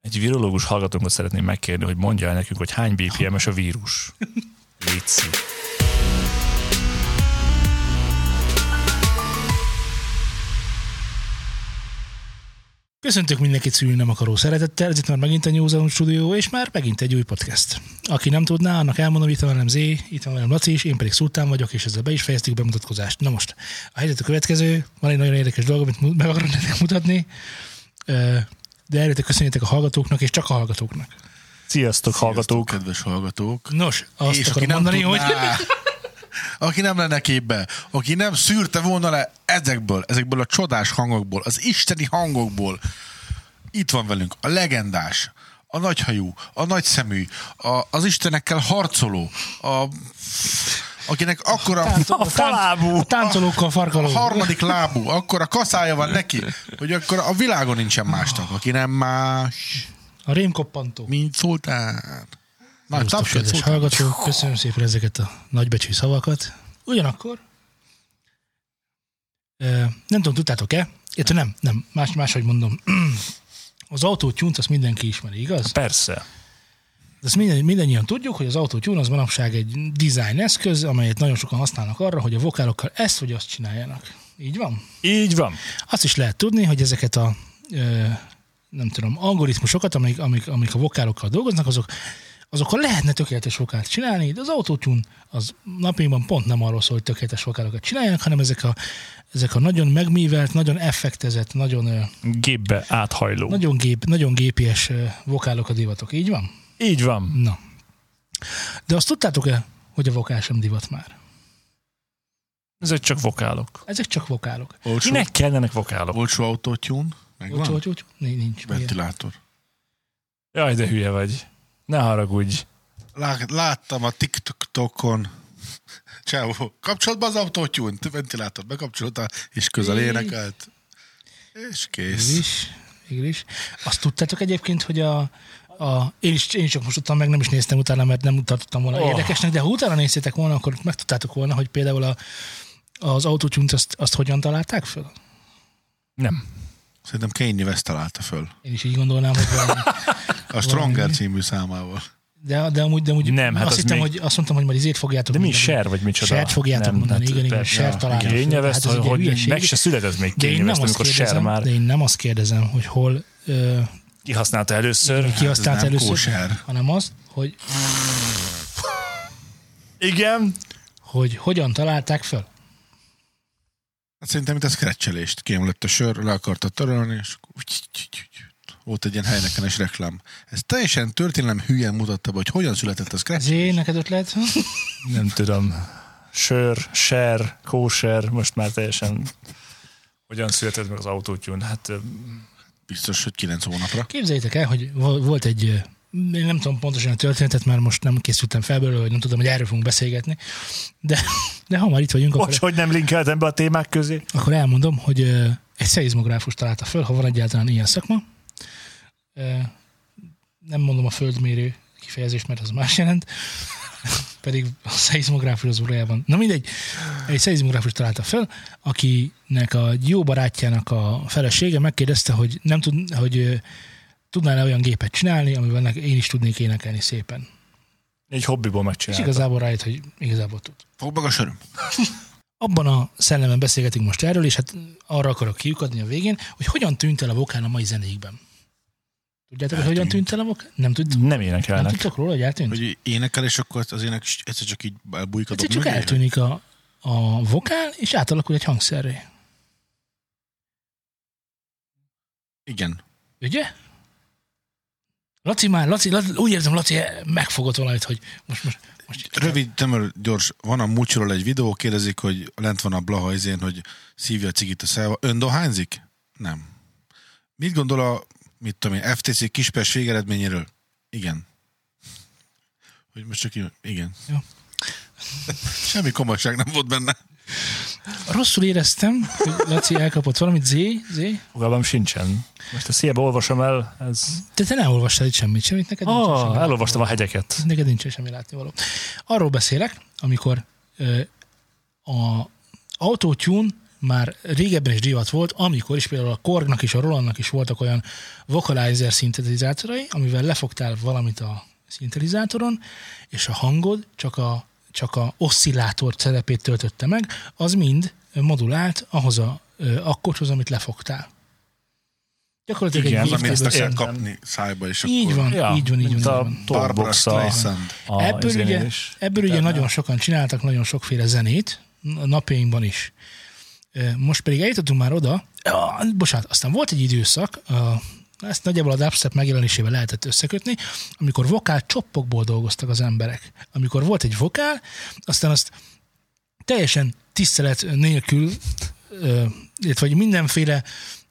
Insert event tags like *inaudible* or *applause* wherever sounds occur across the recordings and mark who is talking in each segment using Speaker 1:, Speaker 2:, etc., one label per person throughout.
Speaker 1: egy virológus hallgatónkat szeretném megkérni, hogy mondja el nekünk, hogy hány BPM-es a vírus. Léci.
Speaker 2: Köszöntök mindenkit szülni nem akaró szeretettel, ez itt már megint a New Zealand Studio, és már megint egy új podcast. Aki nem tudná, annak elmondom, itt van velem Zé, itt van velem Laci, és én pedig Szultán vagyok, és ezzel be is fejeztük a bemutatkozást. Na most, a helyzet a következő, van egy nagyon érdekes dolog, amit mu- meg akarom nektek mutatni, Ö, de előtte köszönjétek a hallgatóknak, és csak a hallgatóknak.
Speaker 1: Sziasztok, hallgatók.
Speaker 3: Kedves hallgatók.
Speaker 2: Nos, azt
Speaker 3: És
Speaker 2: akarom mondani, hogy...
Speaker 3: *laughs* Aki nem lenne képbe, aki nem szűrte volna le ezekből, ezekből a csodás hangokból, az isteni hangokból. Itt van velünk a legendás, a nagyhajú, a nagyszemű, a, az istenekkel harcoló, a, akinek akkora
Speaker 1: A falábú.
Speaker 2: A táncolókkal farkaló.
Speaker 3: a harmadik lábú, akkor a kaszája van neki, hogy akkor a világon nincsen másnak, aki nem más,
Speaker 2: A rémkoppantó.
Speaker 3: mint Szultán. Nagy
Speaker 2: Húztok,
Speaker 3: tapsot,
Speaker 2: kedves
Speaker 3: Szultán.
Speaker 2: hallgatók, köszönöm szépen ezeket a nagybecsű szavakat. Ugyanakkor, ö, nem tudom, tudtátok-e? Illetve nem, nem, más, máshogy mondom. *clears throat* Az autótyúnt azt mindenki ismeri, igaz?
Speaker 1: Persze.
Speaker 2: De Ezt minden, mindannyian tudjuk, hogy az autótyún az manapság egy design eszköz, amelyet nagyon sokan használnak arra, hogy a vokálokkal ezt vagy azt csináljanak. Így van?
Speaker 1: Így van.
Speaker 2: Azt is lehet tudni, hogy ezeket a ö, nem tudom, algoritmusokat, amik, amik, amik a vokálokkal dolgoznak, azok, azokkal lehetne tökéletes vokált csinálni, de az autótune az napjainkban pont nem arról szól, hogy tökéletes vokálokat csináljanak, hanem ezek a, ezek a nagyon megművelt, nagyon effektezett, nagyon, ö,
Speaker 1: Gépbe áthajló.
Speaker 2: nagyon, gép, nagyon gépies ö, vokálok a divatok. Így van?
Speaker 1: Így van.
Speaker 2: Na. De azt tudtátok-e, hogy a vokál sem divat már?
Speaker 1: Ezek csak vokálok.
Speaker 2: Ezek csak vokálok.
Speaker 3: Olcsó.
Speaker 1: Minek kellenek vokálok?
Speaker 3: Olcsó autotune,
Speaker 2: Úgy,
Speaker 3: megvan?
Speaker 2: úgy, úgy, nincs. Miért?
Speaker 3: Ventilátor.
Speaker 1: Jaj, de hülye vagy. Ne haragudj.
Speaker 3: Lá- Láttam a TikTokon, *laughs* csávó, kapcsolatban az autotune, ventilátor bekapcsolta, és közel énekelt. És
Speaker 2: Végül
Speaker 3: kész.
Speaker 2: is, végül is. Azt tudtátok egyébként, hogy a, a én, is, én csak most tudtam, meg nem is néztem utána, mert nem tartottam volna
Speaker 1: Oh.
Speaker 2: oh. érdekesnek, de ha utána néztétek volna, akkor megtudtátok volna, hogy például a, az autótyúnt azt, azt hogyan találták föl?
Speaker 1: Nem.
Speaker 3: Szerintem Kanye West találta föl.
Speaker 2: Én is így gondolnám, hogy
Speaker 1: *laughs*
Speaker 2: valami.
Speaker 3: A Stronger című számával.
Speaker 2: De, de amúgy, de amúgy
Speaker 1: Nem, hát
Speaker 2: azt
Speaker 1: az
Speaker 2: hittem,
Speaker 1: még-
Speaker 2: hogy azt mondtam, hogy majd izét fogjátok
Speaker 1: De mi
Speaker 2: mondani.
Speaker 1: ser vagy micsoda?
Speaker 2: Sert fogjátok
Speaker 1: Nem,
Speaker 2: mondani,
Speaker 1: hát
Speaker 2: igen, igen,
Speaker 1: persze.
Speaker 2: ser találja.
Speaker 1: Kényelvezt,
Speaker 2: Hát ez ugye
Speaker 1: hogy
Speaker 2: hülyeség.
Speaker 1: meg se született még
Speaker 2: de én, nem
Speaker 1: kényelvezt,
Speaker 2: azt
Speaker 1: amikor ser
Speaker 2: kérdezem, de
Speaker 1: már Hát
Speaker 2: én nem azt kérdezem, hogy hol ö,
Speaker 1: kihasználta először.
Speaker 2: ki használt
Speaker 3: nem
Speaker 2: először,
Speaker 3: kóser.
Speaker 2: hanem azt, hogy,
Speaker 1: Igen.
Speaker 2: hogy hogyan találták föl.
Speaker 3: Hát szerintem itt a scratchelést. Kiemlett a sör, le akarta törölni, és akkor úgy- úgy- úgy- úgy. volt egy ilyen helynekenes reklám. Ez teljesen történelem hülyen mutatta be, hogy hogyan született a scratch.
Speaker 2: Zé, neked ötlet?
Speaker 1: Nem tudom. Sör, ser, kóser, most már teljesen hogyan született meg az autótyún. Hát ö,
Speaker 3: Biztos, hogy 9 hónapra.
Speaker 2: Képzeljétek el, hogy vo- volt egy, ö, én nem tudom pontosan a történetet, már most nem készültem fel belőle, hogy nem tudom, hogy erről fogunk beszélgetni, de, de ha már itt vagyunk, akkor,
Speaker 1: bocs, hogy nem linkeltem be a témák közé.
Speaker 2: akkor elmondom, hogy ö, egy szeizmográfus találta föl, ha van egyáltalán ilyen szakma. Ö, Nem mondom a földmérő kifejezést, mert az más jelent, *laughs* pedig a szeizmográfus az urajában. Na mindegy, egy szeizmográfus találta föl, akinek a jó barátjának a felesége megkérdezte, hogy nem tud, hogy ö, tudnál-e olyan gépet csinálni, amivel nek- én is tudnék énekelni szépen.
Speaker 1: Egy hobbiból
Speaker 2: És
Speaker 1: megcsináltam.
Speaker 2: igazából rájött, hogy igazából tud.
Speaker 3: Fogd meg a söröm.
Speaker 2: Abban a szellemben beszélgetünk most erről, és hát arra akarok kiukadni a végén, hogy hogyan tűnt el a vokál a mai zenékben. Tudjátok, hogy hogyan tűnt el a vokál? Nem, tud,
Speaker 1: Nem
Speaker 2: nem
Speaker 1: énekelnek.
Speaker 2: tudtok róla, Hát, hogy eltűnt? Hogy
Speaker 3: Hogy énekel, és akkor az ének egyszer csak így elbújik a
Speaker 2: Egyszer
Speaker 3: dob
Speaker 2: csak
Speaker 3: mögé?
Speaker 2: eltűnik a, a vokál, és átalakul egy hangszerré.
Speaker 3: Igen.
Speaker 2: Ugye? Laci már, Laci, Laci, úgy érzem, Laci megfogott valamit, hogy most, most, most
Speaker 3: Rövid, tömör, gyors. Van a múcsiról egy videó, kérdezik, hogy lent van a blaha izén, hogy szívja a cigit a száva. Ön dohányzik? Nem. Mit gondol a, mit tudom én, FTC Kispest végeredményéről? Igen. Hogy most csak így, igen.
Speaker 2: Ja.
Speaker 3: *laughs* Semmi komolyság nem volt benne.
Speaker 2: rosszul éreztem, hogy Laci elkapott valamit, zé, zé.
Speaker 1: Fogalmam sincsen. Most ezt hiába olvasom el, ez...
Speaker 2: De te nem olvastál itt semmit, semmit neked nincsen semmi
Speaker 1: Ah, elolvastam a hegyeket.
Speaker 2: neked nincsen semmi látnivaló. Arról beszélek, amikor ö, a autotune már régebben is divat volt, amikor is például a Korgnak és a Rolandnak is voltak olyan vocalizer szintetizátorai, amivel lefogtál valamit a szintetizátoron, és a hangod csak a, csak a oszcillátor szerepét töltötte meg, az mind modulált ahhoz a ö, akkorhoz, amit lefogtál. Gyakorlatilag
Speaker 1: Igen,
Speaker 2: egy
Speaker 3: Az, amit
Speaker 2: gépkezd-
Speaker 3: ezt kell
Speaker 1: értem.
Speaker 3: kapni szájba, és
Speaker 2: Így
Speaker 3: akkor...
Speaker 2: van,
Speaker 1: Ja,
Speaker 2: így van, így van.
Speaker 1: mint
Speaker 2: Így
Speaker 1: a
Speaker 2: van.
Speaker 3: Barbara
Speaker 1: Talkbox a,
Speaker 3: Streisand.
Speaker 1: a
Speaker 2: ebből
Speaker 1: izénél
Speaker 2: ugye,
Speaker 1: is.
Speaker 2: ebből ugye
Speaker 1: Internet.
Speaker 2: nagyon sokan csináltak nagyon sokféle zenét, a napjainkban is. Ö, Most pedig eljutottunk már oda, Ah, bocsánat, aztán volt egy időszak, a- ezt nagyjából a dubstep megjelenésével lehetett összekötni, amikor vokál csoppokból dolgoztak az emberek. Amikor volt egy vokál, aztán azt teljesen tisztelet nélkül, ö, illetve hogy mindenféle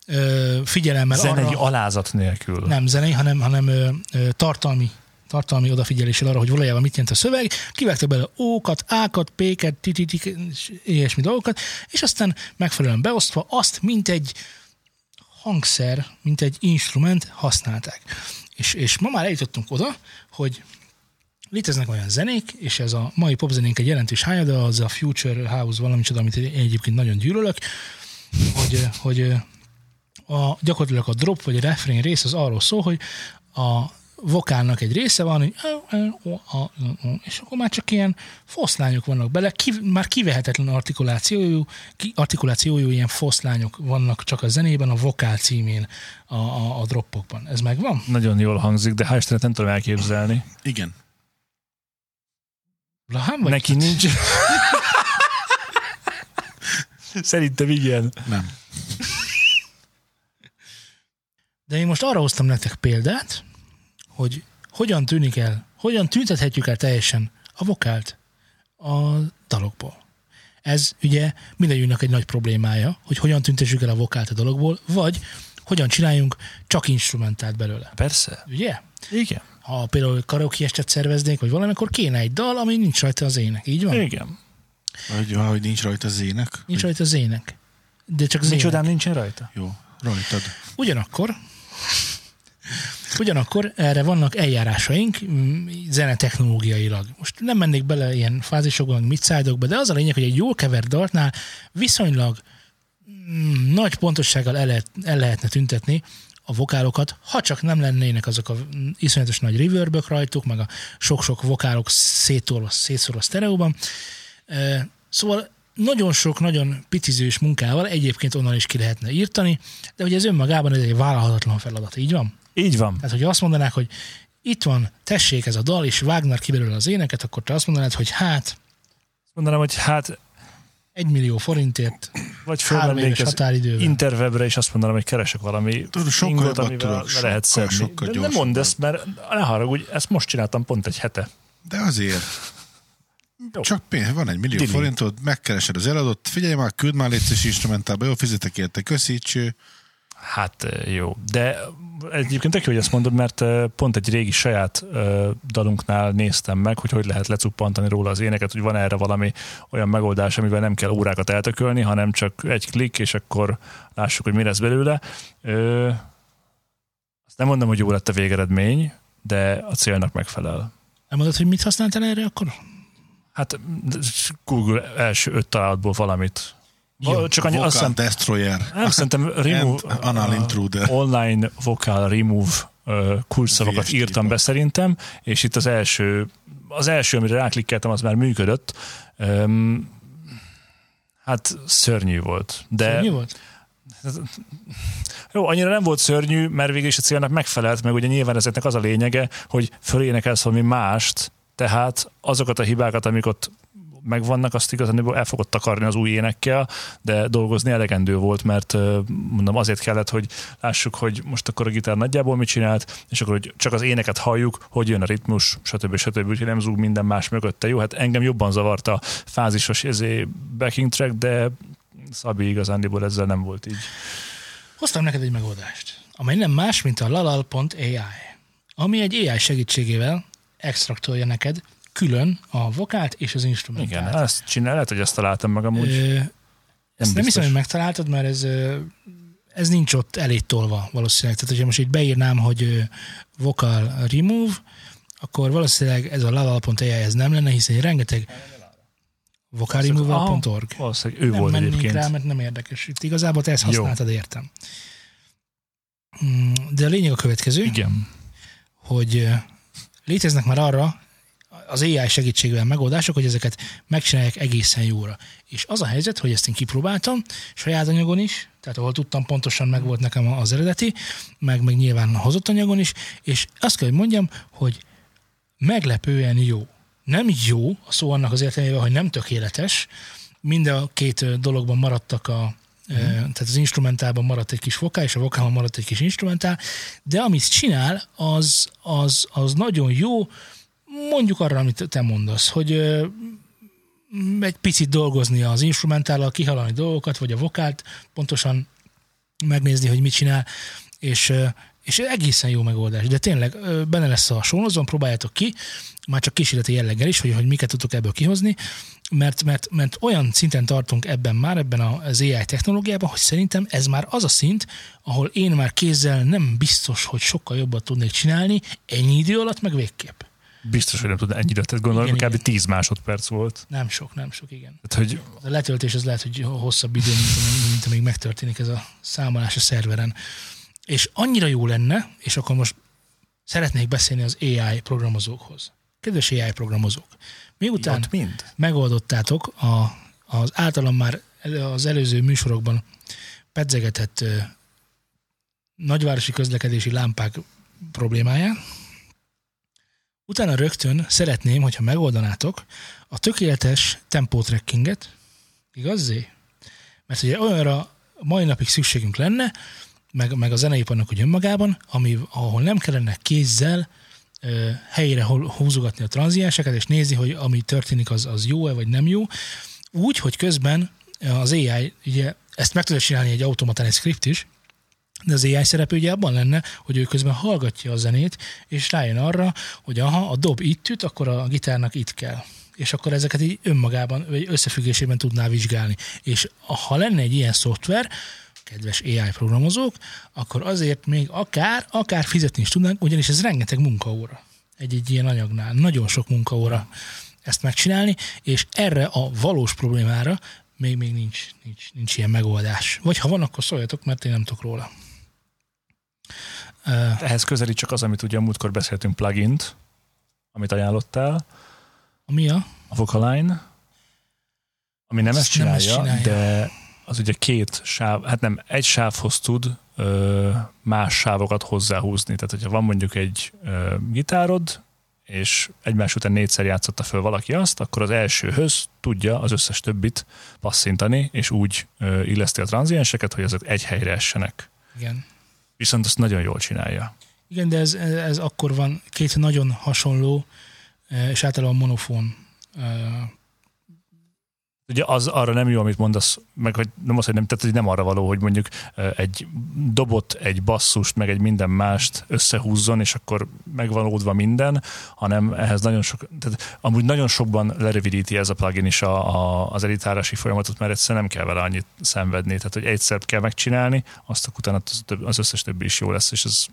Speaker 2: ö, figyelemmel
Speaker 1: Zenei
Speaker 2: arra...
Speaker 1: alázat nélkül.
Speaker 2: Nem zenei, hanem, hanem ö, ö, tartalmi tartalmi odafigyeléssel arra, hogy valójában mit jelent a szöveg, kivágtak bele ókat, ákat, péket, tititik, és ilyesmi dolgokat, és aztán megfelelően beosztva azt, mint egy hangszer, mint egy instrument használták. És, és ma már eljutottunk oda, hogy léteznek olyan zenék, és ez a mai popzenénk egy jelentős hányada, az a Future House valami csoda, amit én egyébként nagyon gyűlölök, hogy, hogy a, gyakorlatilag a drop vagy a refrén rész az arról szól, hogy a vokálnak egy része van, hogy és akkor már csak ilyen foszlányok vannak bele, ki, már kivehetetlen artikulációjú, ki, artikulációjú ilyen foszlányok vannak csak a zenében, a vokál címén a, a, a droppokban. Ez megvan?
Speaker 1: Nagyon jól hangzik, de hál' Istennek nem tudom elképzelni.
Speaker 3: Igen.
Speaker 1: Vagy
Speaker 2: Lahám vagy?
Speaker 1: Neki nincs.
Speaker 2: *laughs*
Speaker 1: Szerintem igen.
Speaker 3: Nem.
Speaker 2: De én most arra hoztam nektek példát, hogy hogyan tűnik el, hogyan tüntethetjük el teljesen a vokált a dalokból. Ez ugye mindegyünknek egy nagy problémája, hogy hogyan tüntessük el a vokált a dalokból, vagy hogyan csináljunk csak instrumentált belőle.
Speaker 1: Persze.
Speaker 2: Ugye?
Speaker 1: Igen.
Speaker 2: Ha például karaoke estet szerveznénk, vagy valamikor kéne egy dal, ami nincs rajta az ének. Így van?
Speaker 1: Igen.
Speaker 3: Hogy, hogy nincs rajta az ének?
Speaker 2: Nincs rajta az ének. De csak az
Speaker 1: Nincs
Speaker 2: ének.
Speaker 1: csodám, nincsen rajta.
Speaker 3: Jó, rajtad.
Speaker 2: Ugyanakkor Ugyanakkor erre vannak eljárásaink mm, zenetechnológiailag. Most nem mennék bele ilyen fázisokban, meg mit szállok be, de az a lényeg, hogy egy jól kevert daltnál viszonylag mm, nagy pontossággal el, lehet, el lehetne tüntetni a vokálokat, ha csak nem lennének azok a mm, iszonyatos nagy reverbök rajtuk, meg a sok-sok vokálok szétolva, szétszórva sztereóban. Ö, Szóval nagyon sok, nagyon pitizős munkával egyébként onnan is ki lehetne írtani, de ugye ez önmagában ez egy vállalhatatlan feladat, így van?
Speaker 1: Így van.
Speaker 2: Tehát, hogy azt mondanák, hogy itt van, tessék ez a dal, és Wagner ki belőle az éneket, akkor te azt mondanád, hogy hát,
Speaker 1: Mondanám, hogy hát,
Speaker 2: egy millió forintért,
Speaker 1: vagy
Speaker 2: három
Speaker 1: fölmennék
Speaker 2: éves
Speaker 1: az
Speaker 2: határidővel.
Speaker 1: interwebre, és azt mondanám, hogy keresek valami
Speaker 3: Tudod, sokkal
Speaker 1: ingot,
Speaker 3: jobbat
Speaker 1: amivel
Speaker 3: tudok,
Speaker 1: le lehet
Speaker 3: sokkal,
Speaker 1: szedni.
Speaker 3: sokkal
Speaker 1: De nem
Speaker 3: gyorsabban.
Speaker 1: mondd ezt, mert ne haragudj, ezt most csináltam pont egy hete.
Speaker 3: De azért.
Speaker 1: Jó.
Speaker 3: Csak pénz, van egy millió
Speaker 1: Delete.
Speaker 3: forintod, megkeresed az eladott, figyelj már, küld már létszés instrumentálba, jó, fizetek érte, köszítső.
Speaker 1: Hát eh, jó, de egyébként tök jó, hogy ezt mondod, mert eh, pont egy régi saját eh, dalunknál néztem meg, hogy hogy lehet lecuppantani róla az éneket, hogy van erre valami olyan megoldás, amivel nem kell órákat eltökölni, hanem csak egy klik, és akkor lássuk, hogy mi lesz belőle. Ö, Azt nem mondom, hogy jó lett a végeredmény, de a célnak megfelel.
Speaker 2: Elmondod, hogy mit használtál erre akkor?
Speaker 1: Hát Google első öt találatból valamit.
Speaker 2: Jó,
Speaker 1: csak annyi, azt
Speaker 3: Vocal
Speaker 1: hiszem,
Speaker 3: Destroyer.
Speaker 1: nem, szerintem remove,
Speaker 3: And Anal Intruder.
Speaker 1: online vocal remove ö, kulcsszavakat
Speaker 3: VST
Speaker 1: írtam be szerintem, és itt az első, az első, amire ráklikkeltem, az már működött. Öm, hát szörnyű volt. De
Speaker 2: Szóval Mi volt?
Speaker 1: jó, annyira nem volt szörnyű, mert végül is a célnak megfelelt, meg ugye nyilván ezeknek az a lényege, hogy fölénekelsz valami mást, tehát azokat a hibákat, amik ott megvannak, azt igazán el fogod takarni az új énekkel, de dolgozni elegendő volt, mert ö, mondom azért kellett, hogy lássuk, hogy most akkor a gitár nagyjából mit csinált, és akkor hogy csak az éneket halljuk, hogy jön a ritmus, stb. stb. Úgyhogy nem zúg minden más mögötte. Jó, hát engem jobban zavart a fázisos ezé backing track, de Szabi igazándiból ezzel nem volt így.
Speaker 2: Hoztam neked egy megoldást, amely nem más, mint a lalal.ai, ami egy AI segítségével extraktolja neked külön a vokált és az
Speaker 1: Igen, hát
Speaker 2: instrumentált.
Speaker 1: ezt csinál, lehet, hogy ezt találtam meg amúgy.
Speaker 2: Ö, Ezt nem
Speaker 1: biztos.
Speaker 2: hiszem, hogy megtaláltad, mert ez, ö, ez nincs ott elétolva valószínűleg. Tehát, hogyha most így beírnám, hogy ö, vocal remove, akkor valószínűleg ez a lalal.ai ez nem lenne, hiszen rengeteg vocaremoval.org.
Speaker 1: Valószínűleg ő
Speaker 2: Nem
Speaker 1: volt
Speaker 2: mennénk
Speaker 1: egyébként.
Speaker 2: rá, mert nem érdekes. Itt igazából te ezt használtad, értem. Mm, De a lényeg a következő,
Speaker 1: Igen.
Speaker 2: hogy ö, léteznek már arra az AI segítségével megoldások, hogy ezeket megcsinálják egészen jóra. És az a helyzet, hogy ezt én kipróbáltam, saját anyagon is, tehát ahol tudtam, pontosan meg volt nekem az eredeti, meg, meg nyilván a hozott anyagon is, és azt kell, hogy mondjam, hogy meglepően jó. Nem jó a szó annak az értelmében, hogy nem tökéletes. Mind a két ö, dologban maradtak a ö, tehát az instrumentálban maradt egy kis vokál, és a vokálban maradt egy kis instrumentál, de amit csinál, az, az, az nagyon jó, mondjuk arra, amit te mondasz, hogy ö, m- egy picit dolgozni az instrumentállal, kihalani dolgokat, vagy a vokált, pontosan megnézni, hogy mit csinál, és, ö, és egészen jó megoldás. De tényleg ö, benne lesz a sónozon, próbáljátok ki, már csak kísérleti jelleggel is, hogy, hogy miket tudtok ebből kihozni, mert, mert, mert olyan szinten tartunk ebben már, ebben a- az AI technológiában, hogy szerintem ez már az a szint, ahol én már kézzel nem biztos, hogy sokkal jobbat tudnék csinálni, ennyi idő alatt meg végképp.
Speaker 1: Biztos, hogy nem tudna ennyi időt. Tehát gondolom,
Speaker 2: Igen,
Speaker 1: kb. 10 másodperc volt.
Speaker 2: Nem sok, nem sok, igen.
Speaker 1: Tehát, hogy
Speaker 2: A letöltés az lehet, hogy hosszabb idő, mint, mint amíg megtörténik ez a számolás a szerveren. És annyira jó lenne, és akkor most szeretnék beszélni az AI programozókhoz. Kedves AI programozók, miután
Speaker 1: ott mind.
Speaker 2: megoldottátok a, az általam már elő- az előző műsorokban pedzegetett ö, nagyvárosi közlekedési lámpák problémáját. Utána rögtön szeretném, hogyha megoldanátok a tökéletes tempótrekkinget, igazzé? Mert ugye olyanra mai napig szükségünk lenne, meg, meg a zeneiparnak úgy önmagában, ami, ahol nem kellene kézzel ö, helyére hol- húzogatni a tranzienseket, és nézni, hogy ami történik, az, az jó-e, vagy nem jó. Úgy, hogy közben az AI, ugye ezt meg tudja csinálni egy automatán egy script is, de az AI szerepe ugye abban lenne, hogy ő közben hallgatja a zenét, és rájön arra, hogy aha, a dob itt üt, akkor a gitárnak itt kell. És akkor ezeket így önmagában, vagy összefüggésében tudná vizsgálni. És ha lenne egy ilyen szoftver, kedves AI programozók, akkor azért még akár, akár fizetni is tudnánk, ugyanis ez rengeteg munkaóra. Egy-egy ilyen anyagnál. Nagyon sok munkaóra ezt megcsinálni, és erre a valós problémára még, még nincs, nincs, nincs ilyen megoldás. Vagy ha van, akkor szóljatok, mert én nem tudok róla. Uh,
Speaker 1: Ehhez közelít csak az, amit ugye a múltkor beszéltünk, plugint, amit ajánlottál,
Speaker 2: mi a?
Speaker 1: a Vocaline, ami nem
Speaker 2: Azt
Speaker 1: ezt csinálja,
Speaker 2: nem ezt csinálja.
Speaker 1: de az ugye két sáv, hát nem, egy sávhoz tud ö, más sávokat hozzáhúzni. Tehát, hogyha van mondjuk egy ö, gitárod, és egymás után négyszer játszotta föl valaki azt, akkor az elsőhöz tudja az összes többit passzintani, és úgy ö, illeszti a tranzienseket, hogy ezek egy helyre essenek.
Speaker 2: Igen.
Speaker 1: Viszont azt nagyon jól csinálja.
Speaker 2: Igen, de ez, ez, ez akkor van két nagyon hasonló eh, és általában monofón eh,
Speaker 1: Ugye az arra nem jó, amit mondasz, meg hogy nem az, hogy nem, tehát hogy nem arra való, hogy mondjuk ö, egy dobot, egy basszust, meg egy minden mást összehúzzon, és akkor megvan oldva minden, hanem ehhez nagyon sok, tehát amúgy nagyon sokban lerövidíti ez a plugin is a, a, az elitárási folyamatot, mert egyszerűen nem kell vele annyit szenvedni, tehát hogy egyszer kell megcsinálni, azt akkor utána az, több- az összes többi is jó lesz, és ez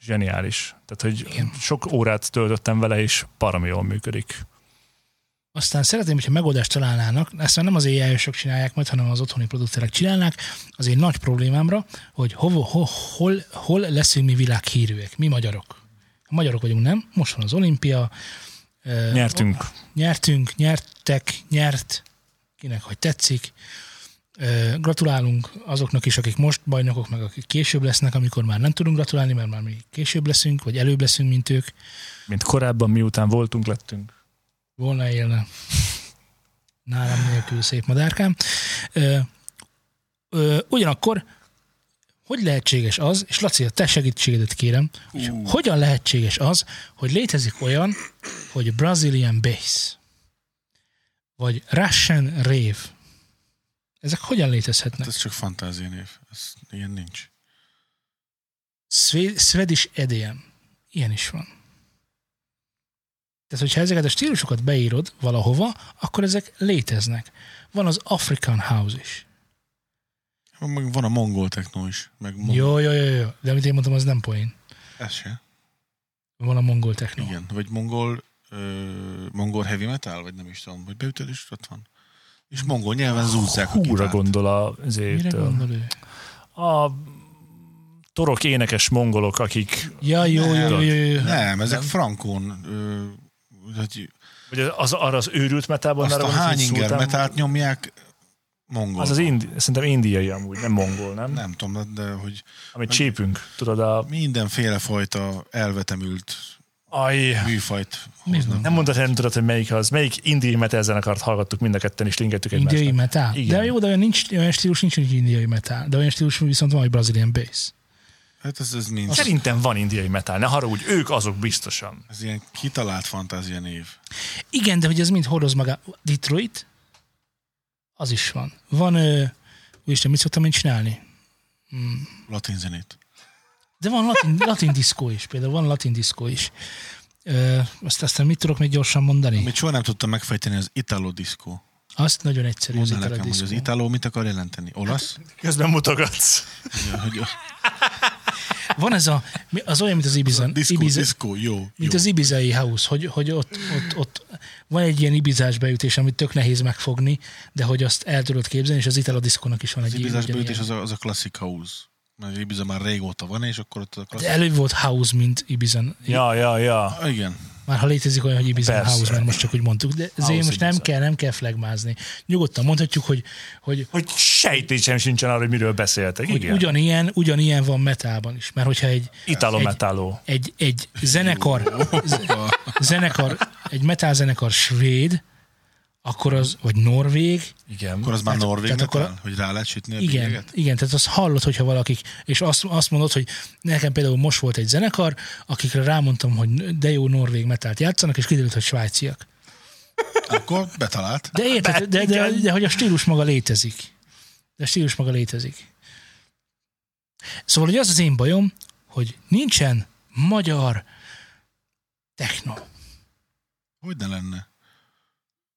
Speaker 1: zseniális. Tehát, hogy
Speaker 2: Igen.
Speaker 1: sok órát töltöttem vele, és parami jól működik.
Speaker 2: Aztán szeretném, hogyha megoldást találnának, ezt már nem az ai -osok csinálják majd, hanem az otthoni producerek csinálnák, az én nagy problémámra, hogy hova, ho, hol, hol leszünk mi világhírűek, mi magyarok. Magyarok vagyunk, nem? Most van az olimpia, e, ö,
Speaker 1: Nyertünk.
Speaker 2: nyertünk, nyertek, nyert, kinek hogy tetszik. Ö, Gratulálunk azoknak is, akik most bajnokok, meg akik később lesznek, amikor már nem tudunk gratulálni, mert már mi később leszünk, vagy előbb leszünk, mint ők.
Speaker 1: mint korábban, miután voltunk, lettünk.
Speaker 2: Volna élne. Nálam nélkül szép madárkám. Ö, ö, ugyanakkor, hogy lehetséges az, és Laci, a te segítségedet kérem, hogy hogyan lehetséges az, hogy létezik olyan, hogy Brazilian Bass, vagy Russian Rave. Ezek hogyan létezhetnek?
Speaker 3: Ez csak fantázia név. Ez, ilyen nincs.
Speaker 2: Szve- Swedish EDM. Ilyen is van. Tehát, hogyha ezeket a stílusokat beírod valahova, akkor ezek léteznek. Van az African House is.
Speaker 3: Meg Van a mongol technó is. Meg mongol.
Speaker 2: Jó, jó, jó, jó. De amit én mondtam, az nem poén.
Speaker 3: Ez se.
Speaker 2: Van a mongol techno.
Speaker 3: Igen. Vagy mongol, ö, mongol heavy metal, vagy nem is tudom. Vagy beütöd is ott van. És mongol nyelven zúzzák a
Speaker 1: Húra
Speaker 3: kibát.
Speaker 1: gondol a
Speaker 2: Mire
Speaker 1: zétől.
Speaker 2: gondol ő?
Speaker 1: A torok énekes mongolok, akik
Speaker 2: Ja, jó, jó, jó, jó, jó.
Speaker 3: Nem, ezek frankón... Ö, hát hogy
Speaker 1: vagy az, arra az őrült metában.
Speaker 3: azt
Speaker 1: arra
Speaker 3: a
Speaker 1: van, hogy
Speaker 3: hány inger
Speaker 1: szóltam,
Speaker 3: metált nyomják mongol.
Speaker 1: Az az indi, szerintem indiai amúgy, nem mongol, nem?
Speaker 3: Nem tudom, de hogy
Speaker 1: Amit csípünk, tudod, a...
Speaker 3: mindenféle fajta elvetemült
Speaker 1: Aj,
Speaker 3: műfajt
Speaker 2: Mi
Speaker 3: hoznak.
Speaker 1: nem mondod, hogy nem tudod, hogy melyik az. Melyik indiai metal zenekart hallgattuk mind a ketten, és linkeltük
Speaker 2: Indiai
Speaker 1: egymásnak.
Speaker 2: metal.
Speaker 1: Igen.
Speaker 2: De jó, de olyan, nincs, olyan stílus nincs, hogy indiai metal. De olyan stílus viszont van, hogy brazilian bass.
Speaker 3: Hát ez, ez nincs.
Speaker 1: Szerintem van indiai metal, ne haragudj, ők azok biztosan.
Speaker 3: Ez ilyen kitalált fantázia név.
Speaker 2: Igen, de hogy ez mind hordoz maga. Detroit? Az is van. Van, ö, úristen, mit szoktam én csinálni?
Speaker 3: Latin zenét.
Speaker 2: De van latin, latin diszkó is, például van latin diszkó is. Ö, azt aztán mit tudok még gyorsan mondani?
Speaker 3: Amit soha nem tudtam megfejteni, az italo disco.
Speaker 2: Azt nagyon egyszerű az
Speaker 3: Mondd
Speaker 2: italo Hát-
Speaker 3: nekem, hogy az
Speaker 2: diszkó.
Speaker 3: italo mit akar jelenteni? Olasz?
Speaker 1: Közben mutogatsz.
Speaker 3: Ja, hogy
Speaker 2: *laughs* Van ez a, mi- az olyan, mint az Ibiza,
Speaker 3: disco,
Speaker 2: Ibiza,
Speaker 3: disco, jó.
Speaker 2: mint
Speaker 3: jó.
Speaker 2: az ibizai house, hogy, hogy ott, ott, ott, van egy ilyen ibizás beütés, amit tök nehéz megfogni, de hogy azt el tudod képzelni, és az italo diszkónak is van
Speaker 3: Az
Speaker 2: egy ilyen.
Speaker 3: Ibizás
Speaker 2: ugyanilyen.
Speaker 3: beütés az a, az a klasszik house. Mert Ibiza már régóta van, és akkor ott az a klasszik...
Speaker 2: De előbb volt house, mint Ibizan.
Speaker 1: Ja, ja, ja.
Speaker 3: Ah, Igen.
Speaker 2: Már ha létezik olyan, hogy Ibiza
Speaker 1: Persze.
Speaker 2: House, mert most csak úgy mondtuk, de ezért
Speaker 3: House
Speaker 2: most nem
Speaker 3: Ibiza.
Speaker 2: kell, nem kell flagmázni. Nyugodtan mondhatjuk, hogy, hogy,
Speaker 1: Hogy sejtésem sincsen arra, hogy miről beszéltek.
Speaker 2: hogy
Speaker 1: Igen.
Speaker 2: ugyanilyen, ugyanilyen van metában is, mert hogyha egy,
Speaker 1: Italo
Speaker 2: egy-
Speaker 1: metáló.
Speaker 2: egy, egy zenekar, zenekar, egy metal zenekar svéd, akkor az, vagy norvég,
Speaker 1: Igen.
Speaker 3: Akkor az már norvég
Speaker 2: Hát tehát
Speaker 3: metal,
Speaker 2: akkor a-
Speaker 3: hogy rá lehet sütni a
Speaker 2: igen,
Speaker 3: bélyeget?
Speaker 2: igen, tehát azt hallod, hogyha valakik, és azt, azt mondod, hogy nekem például most volt egy zenekar, akikre rámondtam, hogy de jó norvég metált játszanak, és kiderült, hogy svájciak.
Speaker 3: Akkor betalált.
Speaker 2: De érted, de, de, de,
Speaker 1: igen.
Speaker 2: de hogy a stílus maga létezik. De a stílus maga létezik. Szóval, hogy az az én bajom, hogy nincsen magyar techno.
Speaker 3: Hogy ne lenne?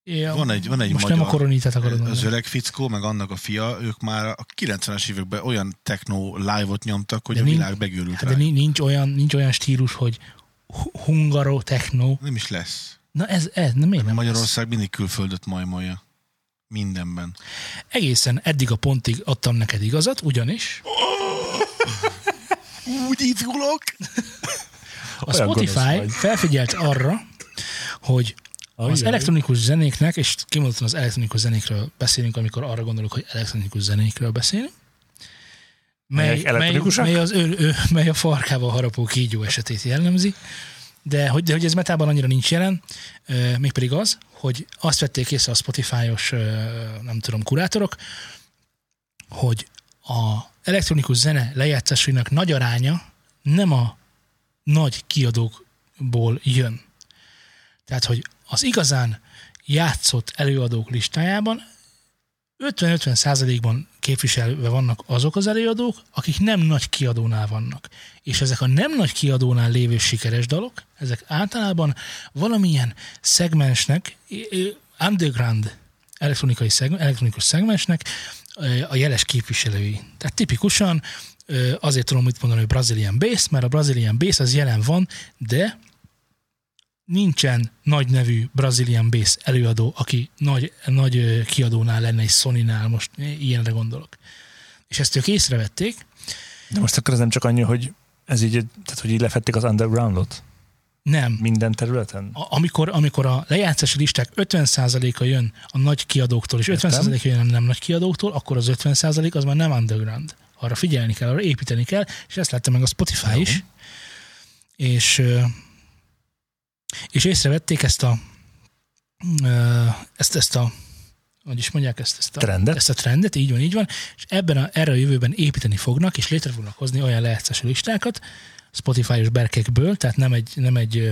Speaker 2: Ja,
Speaker 3: Van egy, van egy
Speaker 2: most
Speaker 3: magyar,
Speaker 2: nem a koronitát akarod
Speaker 3: az
Speaker 2: mondani.
Speaker 3: öreg fickó, meg annak a fia, ők már a 90-es években olyan techno live-ot nyomtak, hogy
Speaker 2: De
Speaker 3: a
Speaker 2: nincs-
Speaker 3: világ megőrült
Speaker 2: Hát
Speaker 3: rá.
Speaker 2: de ni- nincs olyan, nincs olyan stílus, hogy hu- hungaro techno.
Speaker 3: Nem is lesz.
Speaker 2: Na ez, ez na miért nem lesz?
Speaker 3: Magyarország mindig külföldöt majmolja. Mindenben.
Speaker 2: Egészen eddig a pontig adtam neked igazat, ugyanis
Speaker 3: Úgy izgulok!
Speaker 2: a
Speaker 1: Olyan gonosz
Speaker 2: Spotify
Speaker 1: vagy.
Speaker 2: felfigyelt arra, hogy az
Speaker 1: Ajaj.
Speaker 2: elektronikus zenéknek, és kimondottan az elektronikus zenékről beszélünk, amikor arra gondolok, hogy elektronikus zenékről beszélünk, mely,
Speaker 1: Melyek
Speaker 2: mely,
Speaker 1: elektronikusak?
Speaker 2: mely, az ő, ő, mely a farkával harapó kígyó esetét jellemzi, de hogy, de hogy ez metában annyira nincs jelen, euh, mégpedig az, hogy azt vették észre a Spotify-os, ö, nem tudom, kurátorok, hogy a elektronikus zene lejátszásainak nagy aránya nem a nagy kiadókból jön. Tehát, hogy az igazán játszott előadók listájában 50-50 százalékban képviselve vannak azok az előadók, akik nem nagy kiadónál vannak. És ezek a nem nagy kiadónál lévő sikeres dalok, ezek általában valamilyen szegmensnek, i- i- underground elektronikai szegmen, elektronikus szegmensnek ö, a jeles képviselői. Tehát tipikusan ö, azért tudom itt mondani, hogy Brazilian Bass, mert a Brazilian Bass az jelen van, de nincsen nagy nevű Brazilian Bass előadó, aki nagy, nagy ö, kiadónál lenne, egy Sonynál, most ilyenre gondolok. És ezt ők észrevették,
Speaker 1: De most akkor ez nem csak annyi, hogy ez így, tehát hogy így lefették az undergroundot
Speaker 2: nem.
Speaker 1: minden területen?
Speaker 2: A- amikor, amikor a lejátszási listák 50%-a jön a nagy kiadóktól, és
Speaker 1: Értem.
Speaker 2: 50%-a jön a nem nagy kiadóktól, akkor az 50% az már nem underground. Arra figyelni kell, arra építeni kell, és ezt látta meg a Spotify
Speaker 1: Jó.
Speaker 2: is. És, ö, és észrevették ezt a ö, ezt, ezt a hogy is mondják ezt, ezt a
Speaker 1: Trendet?
Speaker 2: ezt a trendet, így van, így van, és ebben a, erre a jövőben építeni fognak, és létre fognak hozni olyan lejátszási listákat, Spotify-os berkekből, tehát nem egy, nem egy ö,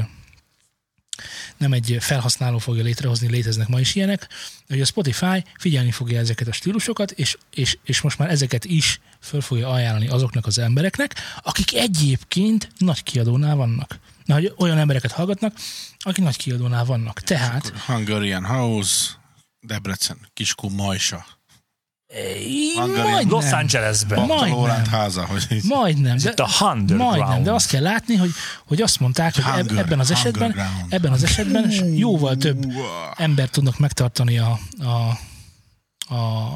Speaker 2: nem egy felhasználó fogja létrehozni, léteznek ma is ilyenek, de hogy a Spotify figyelni fogja ezeket a stílusokat, és, és, és most már ezeket is föl fogja ajánlani azoknak az embereknek, akik egyébként nagy kiadónál vannak. Na, hogy olyan embereket hallgatnak, akik nagy kiadónál vannak. Tehát
Speaker 3: Hungarian House, Debrecen, Kiskó Majsa. Hungarian-
Speaker 2: majdnem,
Speaker 1: Los Angelesben.
Speaker 2: Ma-
Speaker 3: Bakta
Speaker 2: Majdnem.
Speaker 3: Lóránt háza, hogy így-
Speaker 2: majdnem, de,
Speaker 1: Itt a underground.
Speaker 2: majdnem, de azt kell látni, hogy, hogy azt mondták, hogy eb-
Speaker 3: Hunger,
Speaker 2: ebben az esetben,
Speaker 3: Underground.
Speaker 2: ebben az esetben jóval több embert tudnak megtartani a, a a,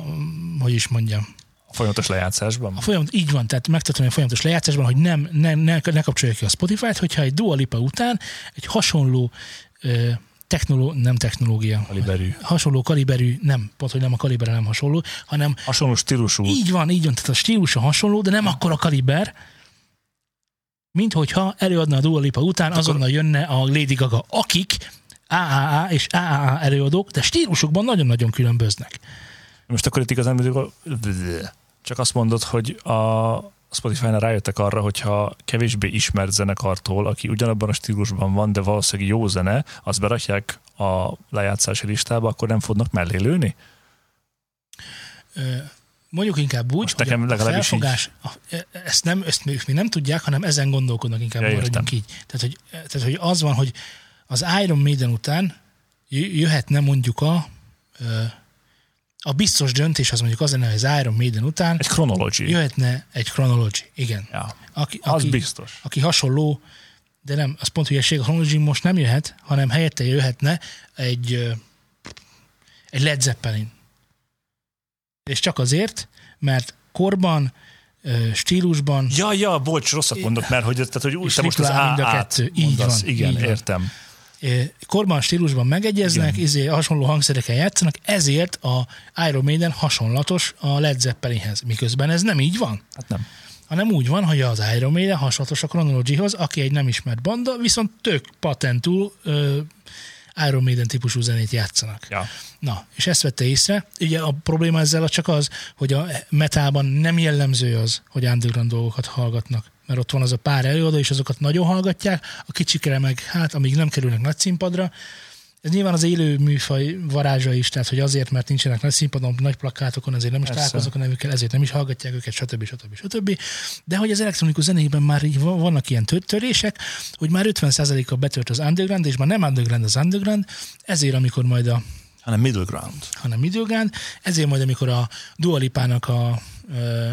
Speaker 2: hogy is mondjam,
Speaker 1: A folyamatos lejátszásban.
Speaker 2: a folyamat, így van, tehát megtartani a folyamatos lejátszásban, hogy nem, nem ne, ne kapcsolja ki a Spotify-t, hogyha egy Dua Lipa után egy hasonló ö, technoló, nem technológia,
Speaker 1: Kaliberű.
Speaker 2: hasonló kaliberű, nem, pont, hogy nem a kaliber, nem hasonló, hanem
Speaker 1: Hasonló stílusú.
Speaker 2: így van, így van, tehát a stílusa hasonló, de nem akkora kaliber, mint hogyha előadna a Dua Lipa után, azonnal jönne a Lady Gaga, akik AAA és AAA előadók, de stílusukban nagyon-nagyon különböznek.
Speaker 1: Most akkor itt igazán mondjuk, csak azt mondod, hogy a Spotify-nál rájöttek arra, hogyha kevésbé ismert zenekartól, aki ugyanabban a stílusban van, de valószínűleg jó zene, azt berakják a lejátszási listába, akkor nem fognak mellélőni?
Speaker 2: Ö, Mondjuk inkább úgy,
Speaker 1: Most nekem
Speaker 2: hogy a- a
Speaker 1: legalábbis
Speaker 2: felfogás, a, e- ezt nem, ezt ők még nem tudják, hanem ezen gondolkodnak inkább,
Speaker 1: Ja,
Speaker 2: ja,
Speaker 1: értem.
Speaker 2: maradjunk így. Tehát hogy, tehát, hogy az van, hogy az Iron Maiden után jö- jöhetne mondjuk a ö, a biztos döntés, az mondjuk az lenne, hogy az Iron Maiden után
Speaker 1: Egy chronology.
Speaker 2: jöhetne egy chronology, igen.
Speaker 1: Ja.
Speaker 2: Aki,
Speaker 1: Az
Speaker 2: aki,
Speaker 1: biztos.
Speaker 2: aki hasonló, de nem, az pont hülyeség, a chronology most nem jöhet, hanem helyette jöhetne egy, ö, egy Led Zeppelin. És csak azért, mert korban, ö, stílusban,
Speaker 1: Ja, ja, bocs, rosszat mondok, mert hogy, tehát, hogy úgy,
Speaker 2: És
Speaker 1: te most az
Speaker 2: triplán mind a
Speaker 1: A-át
Speaker 2: kettő. Így
Speaker 1: mondasz.
Speaker 2: van,
Speaker 1: Igen,
Speaker 2: így van.
Speaker 1: értem.
Speaker 2: ö, korban, stílusban megegyeznek, izé, hasonló hangszereken játszanak, ezért a Iron Maiden hasonlatos a Led Zeppelinhez. Miközben ez nem így van.
Speaker 1: Hát nem.
Speaker 2: hanem úgy van, hogy az Iron Maiden hasonlatos a Chronologyhoz, aki egy nem ismert banda, viszont tök patentú ö, Iron Maiden típusú zenét játszanak.
Speaker 1: Ja.
Speaker 2: Na, és ezt vette észre. Ugye a probléma ezzel csak az, hogy a metában nem jellemző az, hogy underground dolgokat hallgatnak. Mert ott van az a pár előadó, és azokat nagyon hallgatják, a kicsikre meg, hát amíg nem kerülnek nagy színpadra, ez nyilván az élő műfaj varázsa is, tehát hogy azért, mert nincsenek nagy színpadon, nagy plakátokon, ezért nem is
Speaker 1: Persze.
Speaker 2: találkoznak a nevükkel, ezért nem is hallgatják őket, stb. stb. stb. De hogy az elektronikus zenékben már így va- vannak ilyen tör- törések, hogy már 50%-a betört az underground, és már nem underground az underground, ezért amikor majd a
Speaker 1: Hanem middle ground.
Speaker 2: hanem időgán. Ezért majd, amikor a Dualipának a ö,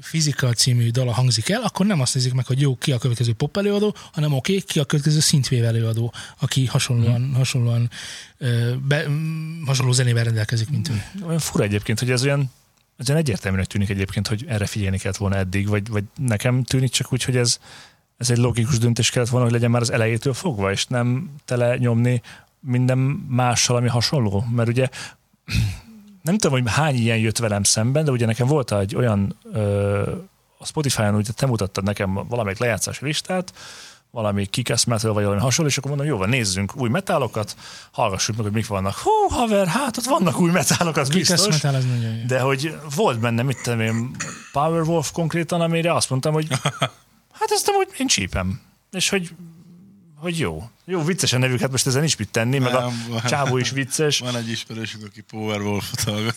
Speaker 2: Fizika című dala hangzik el, akkor nem azt nézik meg, hogy jó, ki a következő pop előadó, hanem oké, okay, ki a következő szintvév előadó, aki hasonlóan,
Speaker 1: Mhm.
Speaker 2: hmm. hasonlóan ö, be, m, hasonló zenével rendelkezik, mint ő.
Speaker 1: Olyan fura egyébként, hogy ez olyan, ez olyan egyértelműnek tűnik egyébként, hogy erre figyelni kellett volna eddig, vagy, vagy nekem tűnik csak úgy, hogy ez, ez egy logikus döntés kellett volna, hogy legyen már az elejétől fogva, és nem tele nyomni minden mással, ami hasonló. Mert ugye *clears throat* nem tudom, hogy hány ilyen jött velem szemben, de ugye nekem volt egy olyan ö, a Spotify-on, ugye te mutattad nekem valamelyik lejátszási listát, valami kikesz metal, vagy valami hasonló, és akkor mondom, jó van, nézzünk új metálokat, hallgassuk meg, hogy mik vannak. Hú, haver, hát ott vannak új metálokat, az biztos.
Speaker 2: Kick Ass Metal, ez nagyon jó.
Speaker 1: De hogy volt benne, mit tudom én, Powerwolf konkrétan, amire azt mondtam, hogy hát ezt amúgy én csípem. És hogy hogy jó. Jó, viccesen nevük, hát most ezen nincs mit tenni, meg a
Speaker 3: Nem.
Speaker 1: csávó is vicces.
Speaker 3: Van egy ismerősünk, aki Powerwolf-ot hallgat.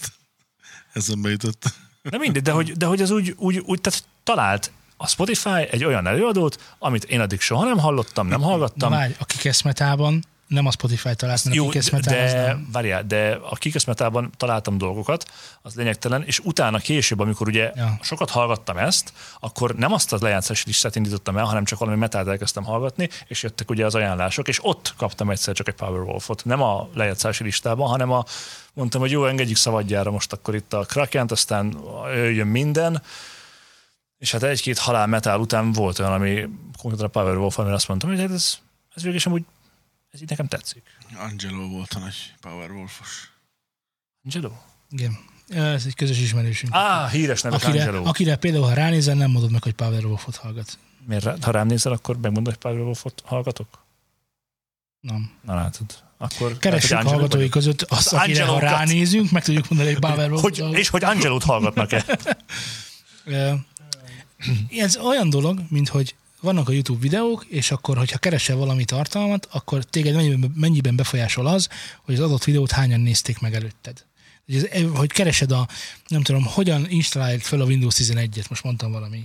Speaker 3: Eszembe jutott.
Speaker 1: Na mindegy, de hogy, de hogy az úgy, úgy, úgy tehát talált a Spotify egy olyan előadót, amit én addig soha nem hallottam, nem
Speaker 2: Na,
Speaker 1: hallgattam.
Speaker 2: várj, a kikeszmetában nem a Spotify talált, hanem a
Speaker 1: Jó,
Speaker 2: Kick Ass Metal, az
Speaker 1: de,
Speaker 2: nem.
Speaker 1: várjál, de a kikeszmetában találtam dolgokat, az lényegtelen, és utána később, amikor ugye
Speaker 2: Ja.
Speaker 1: ja. sokat hallgattam ezt, akkor nem azt a lejátszási listát indítottam el, hanem csak valami metált elkezdtem hallgatni, és jöttek ugye az ajánlások, és ott kaptam egyszer csak egy Powerwolfot, nem a lejátszási listában, hanem a, mondtam, hogy jó, engedjük szabadjára most akkor itt a Krakent, aztán jöjjön minden, és hát egy-két halál metál után volt olyan, ami konkrétan a Powerwolf, amire azt mondtam, hogy hát ez, ez végül is amúgy, ez így nekem tetszik.
Speaker 3: Angelo volt a nagy Powerwolfos.
Speaker 1: Angelo?
Speaker 2: Igen. Ez egy közös ismerősünk.
Speaker 1: Á, híres nevet
Speaker 2: akire,
Speaker 1: Angelo.
Speaker 2: akire például, ha ránézel, nem mondod meg, hogy Powerwolfot hallgat.
Speaker 1: Miért, rá- ha rám nézel, akkor megmondod, hogy Pablo Wolfot hallgatok?
Speaker 2: Nem.
Speaker 1: Na látod. Akkor
Speaker 2: Keressük
Speaker 1: lehet, hogy
Speaker 2: a
Speaker 1: Angelo
Speaker 2: hallgatói
Speaker 1: vagyok.
Speaker 2: között azt,
Speaker 1: Az
Speaker 2: akire ha
Speaker 1: Angelókat.
Speaker 2: ránézünk, meg tudjuk mondani, hogy Bauer
Speaker 1: Hogy, és hogy Angelót hallgatnak-e?
Speaker 2: Ez olyan dolog, mint hogy vannak a YouTube videók, és akkor, hogyha keresel valami tartalmat, akkor téged mennyiben, mennyiben befolyásol az, hogy az adott videót hányan nézték meg előtted. Hogy, ez, eh, hogy keresed a, nem tudom, hogyan installáld fel a Windows 11-et, most mondtam valami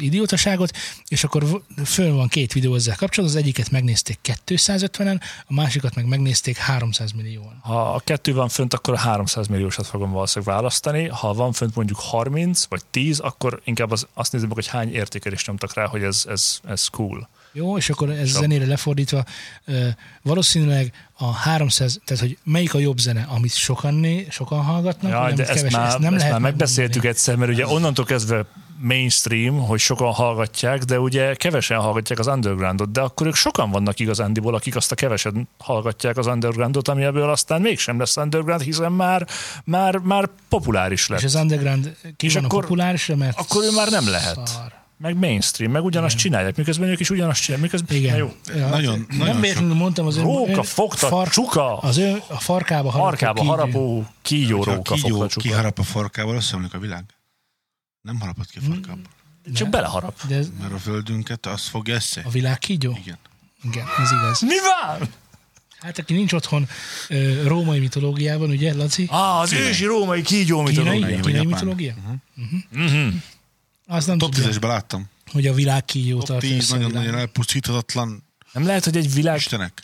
Speaker 2: idiótaságot, és akkor v- föl van két videó ezzel kapcsolatban, az egyiket megnézték 250-en, a másikat meg megnézték 300 millióan.
Speaker 1: Ha a kettő van fönt, akkor a 300 milliósat fogom valószínűleg választani. Ha van fönt mondjuk 30 vagy 10, akkor inkább az, azt nézem meg, hogy hány értékelést nyomtak rá, hogy ez, ez, ez cool.
Speaker 2: Jó, és akkor ez zenére lefordítva, ö, valószínűleg a 300, tehát hogy melyik a jobb zene, amit sokan, né, sokan hallgatnak, vagy
Speaker 1: Jaj,
Speaker 2: amit
Speaker 1: de ezt
Speaker 2: kevesen,
Speaker 1: már, ezt nem ezt már
Speaker 2: megmondani.
Speaker 1: megbeszéltük egyszer, mert ugye onnantól kezdve mainstream, hogy sokan hallgatják, de ugye kevesen hallgatják az undergroundot, de akkor ők sokan vannak igazándiból, akik azt a kevesen hallgatják az undergroundot, ami ebből aztán mégsem lesz underground, hiszen már, már, már populáris lett.
Speaker 2: És az underground ki
Speaker 1: És
Speaker 2: van
Speaker 1: akkor-
Speaker 2: a populárisra, mert
Speaker 1: akkor ő már nem lehet.
Speaker 2: Szar.
Speaker 1: Meg mainstream, meg ugyanazt csinálják, miközben ők is ugyanazt csinálják, miközben
Speaker 2: Igen.
Speaker 1: Na jó.
Speaker 2: Ja,
Speaker 3: Nagyon-
Speaker 2: nem
Speaker 3: nagyon
Speaker 2: véletlenül mondtam az ön,
Speaker 1: Róka,
Speaker 2: ön
Speaker 1: fogta, csuka.
Speaker 2: Az ő a farkába harapó
Speaker 1: Arkába
Speaker 2: kígyő.
Speaker 1: harapó kígyó
Speaker 3: Ha
Speaker 1: róka
Speaker 3: kígyó
Speaker 1: foglacsuk.
Speaker 3: kiharap a farkából, összeomlik a világ. Nem harapott ki a farkából.
Speaker 1: Csak beleharap.
Speaker 2: De ez
Speaker 3: Mert a földünket az fogja össze.
Speaker 2: a világ kígyó?
Speaker 3: Igen.
Speaker 2: Igen, ez igaz.
Speaker 1: Mi van?
Speaker 2: Hát aki nincs otthon ö, római mitológiában, ugye, Laci?
Speaker 1: Ah, az ősi római kígyó mitológia.
Speaker 2: Kínai,
Speaker 3: vagy
Speaker 2: kínai
Speaker 3: japán?
Speaker 2: mitológia? Uh-huh. Azt nem
Speaker 3: Top
Speaker 2: tudja,
Speaker 3: 10-esben láttam.
Speaker 2: hogy a világ kígyó
Speaker 3: Top
Speaker 2: tartja
Speaker 3: 10
Speaker 2: össze a
Speaker 3: nagyon-nagyon
Speaker 2: világot.
Speaker 3: elpusztíthatatlan
Speaker 1: Nem lehet, hogy egy világ
Speaker 3: istenek.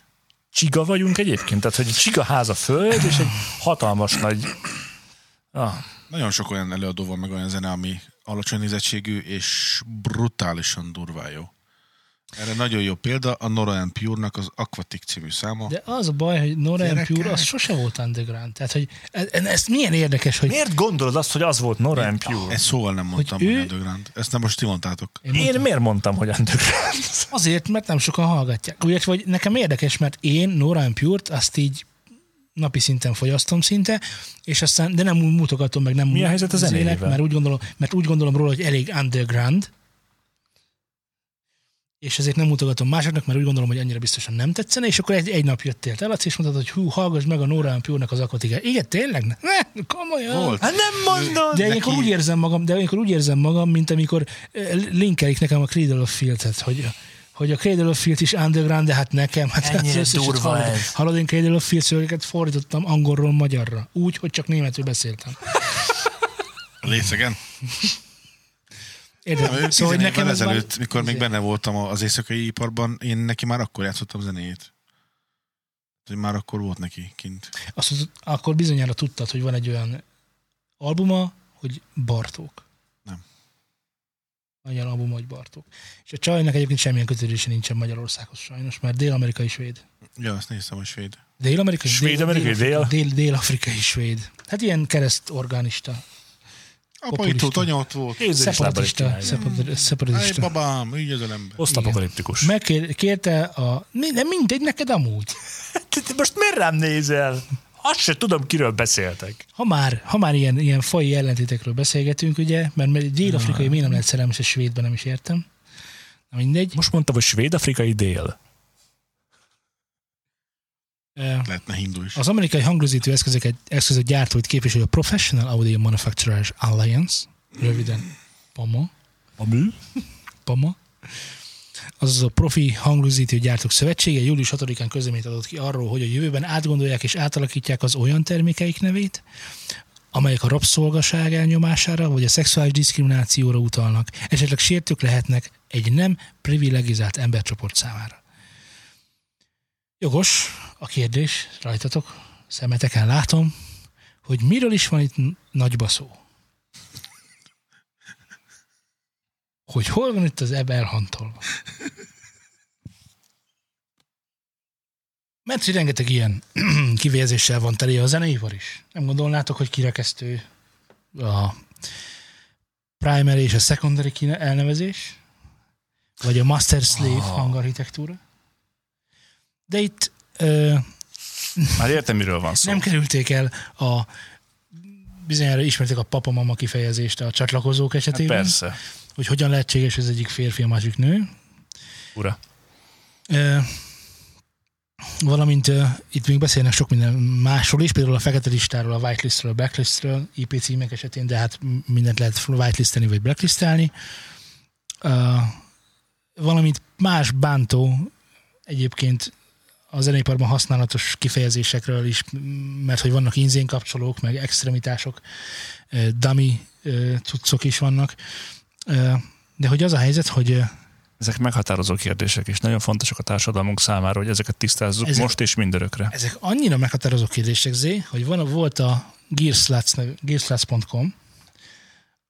Speaker 1: csiga vagyunk egyébként? Tehát, hogy egy csiga ház a föld, és egy hatalmas nagy... Ah,
Speaker 3: Nagyon sok olyan előadó van, meg olyan zene, ami alacsony nézettségű és brutálisan durvá jó. Erre nagyon jó példa a Nora and Pure-nak az Aquatic című száma. De...
Speaker 2: De az a baj, hogy Nora and
Speaker 3: Gyerekek.
Speaker 2: Pure az sose volt underground. Tehát, hogy ez, ez milyen érdekes, hogy
Speaker 1: miért gondolod azt, hogy az volt Nora and Pure?
Speaker 3: Ezt szóval nem mondtam, hogy,
Speaker 2: ő-
Speaker 3: ő... underground. Ezt nem most ti mondtátok.
Speaker 1: Én miért mondtam, hogy underground?
Speaker 2: Azért, mert nem sokan hallgatják. Ugye, vagy nekem érdekes, mert én Nora and Pure-t azt így napi szinten fogyasztom szinte, és aztán, de nem úgy mutogatom meg, nem
Speaker 1: Mi a helyzet a
Speaker 2: az
Speaker 1: zenéjével?
Speaker 2: ének, mert úgy, gondolom, mert úgy gondolom róla, hogy elég underground, és ezért nem mutogatom másoknak, mert úgy gondolom, hogy annyira biztosan nem tetszene, és akkor egy, egy nap jöttél te, Laci, és mondtad, hogy hú, hallgass meg a Nora and Pure-nek az akvatikát. Igen, tényleg? Ne, komolyan.
Speaker 3: Volt.
Speaker 1: Hát nem mondod!
Speaker 2: De
Speaker 1: De
Speaker 2: ilyenkor úgy érzem magam, de ilyenkor úgy érzem magam, mint amikor eh, linkelik nekem a Cradle of Field-et, hogy hogy a Cradle of Field is underground, de hát nekem. Hát
Speaker 1: Ennyire
Speaker 2: az összeset
Speaker 1: durva
Speaker 2: hallod-
Speaker 1: ez.
Speaker 2: Hallod, én Cradle of Field szövegeket fordítottam angolról magyarra. Úgy, hogy csak németül beszéltem.
Speaker 3: Részegen.
Speaker 2: Érted?
Speaker 3: Ő
Speaker 2: Szóval, hogy nekem ez
Speaker 3: ezelőtt,
Speaker 2: már...
Speaker 3: mikor még benne voltam az éjszakai iparban, én neki már akkor játszottam zenéjét. Hogy már akkor volt neki kint.
Speaker 2: Azt mondod, akkor bizonyára tudtad, hogy van egy olyan albuma, hogy Bartók.
Speaker 3: Nem.
Speaker 2: Van Olyan albuma, hogy Bartók. És a csajnak egyébként semmilyen kötődése nincsen Magyarországhoz sajnos, mert dél-amerikai svéd.
Speaker 3: Ja, azt néztem, hogy svéd.
Speaker 2: Dél-amerikai?
Speaker 1: Svéd-amerikai,
Speaker 2: dél, dél, dél-afrikai svéd. Hát ilyen kereszt organista.
Speaker 3: Apai
Speaker 2: Populista.
Speaker 3: tud, anya ott volt.
Speaker 2: Szeparatista. szepar-
Speaker 3: Hey,
Speaker 2: Szeparatista.
Speaker 3: babám, ügy az ember.
Speaker 1: Posztapokaliptikus.
Speaker 2: Megkérte a... mi- Nem mindegy, neked amúgy.
Speaker 1: Te- te Most miért rám nézel? Azt se tudom, kiről beszéltek.
Speaker 2: Ha már, ha már ilyen, ilyen fai ellentétekről beszélgetünk, ugye, mert mert egy dél-afrikai miért nem lehet szerelmes, és svédben nem is értem. Na mindegy.
Speaker 1: Most mondtam, hogy svéd-afrikai dél.
Speaker 2: Eh,
Speaker 3: Lehetne hindu is.
Speaker 2: Az amerikai hangrögzítő eszközöket, eszközök gyártóit képviseli a Professional Audio Manufacturers Alliance, röviden PAMA.
Speaker 1: A mű?
Speaker 2: PAMA, azaz a Profi Hangrögzítő Gyártók Szövetsége július 6-án közleményt adott ki arról, hogy a jövőben átgondolják és átalakítják az olyan termékeik nevét, amelyek a rabszolgaság elnyomására vagy a szexuális diszkriminációra utalnak, esetleg sértők lehetnek egy nem privilegizált embercsoport számára. Jogos a kérdés, rajtatok, szemeteken látom, hogy miről is van itt n- nagyba szó. hogy hol van itt az ebb elhantolva. Mert hogy rengeteg ilyen *clears throat* kivérzéssel van teli a zeneipar is. Nem gondolnátok, hogy kirekesztő a primary és a secondary kine- elnevezés, vagy a master slave oh. hangarchitektúra. De itt ö,
Speaker 1: Már értem, miről van szó. Hát
Speaker 2: nem kerülték el a bizonyára ismerték a papa-mama kifejezést a csatlakozók
Speaker 1: Hát
Speaker 2: esetében
Speaker 1: persze.
Speaker 2: hogy hogyan lehetséges, hogy az egyik férfi, a másik nő.
Speaker 1: Ura.
Speaker 2: Ö, valamint ö, itt még beszélnek sok minden másról is, például a fekete listáról, a whitelistről, a blacklistről, IP címek esetén, de hát m- mindent lehet whitelisteni vagy blacklistelni. Ö, valamint más bántó egyébként a zeneiparban használatos kifejezésekről is, m- mert hogy vannak inzén kapcsolók, meg extremitások, ö, dummy ö, cuccok is vannak. Ö, De hogy az a helyzet, hogy ö,
Speaker 1: Ezek meghatározó kérdések, és nagyon fontosak a társadalmunk számára, hogy ezeket tisztázzuk
Speaker 2: Ezek-
Speaker 1: most és mindörökre.
Speaker 2: Ezek annyira meghatározó kérdések, Zé, hogy van, volt a Gearslatz nevű, gearslatz.com,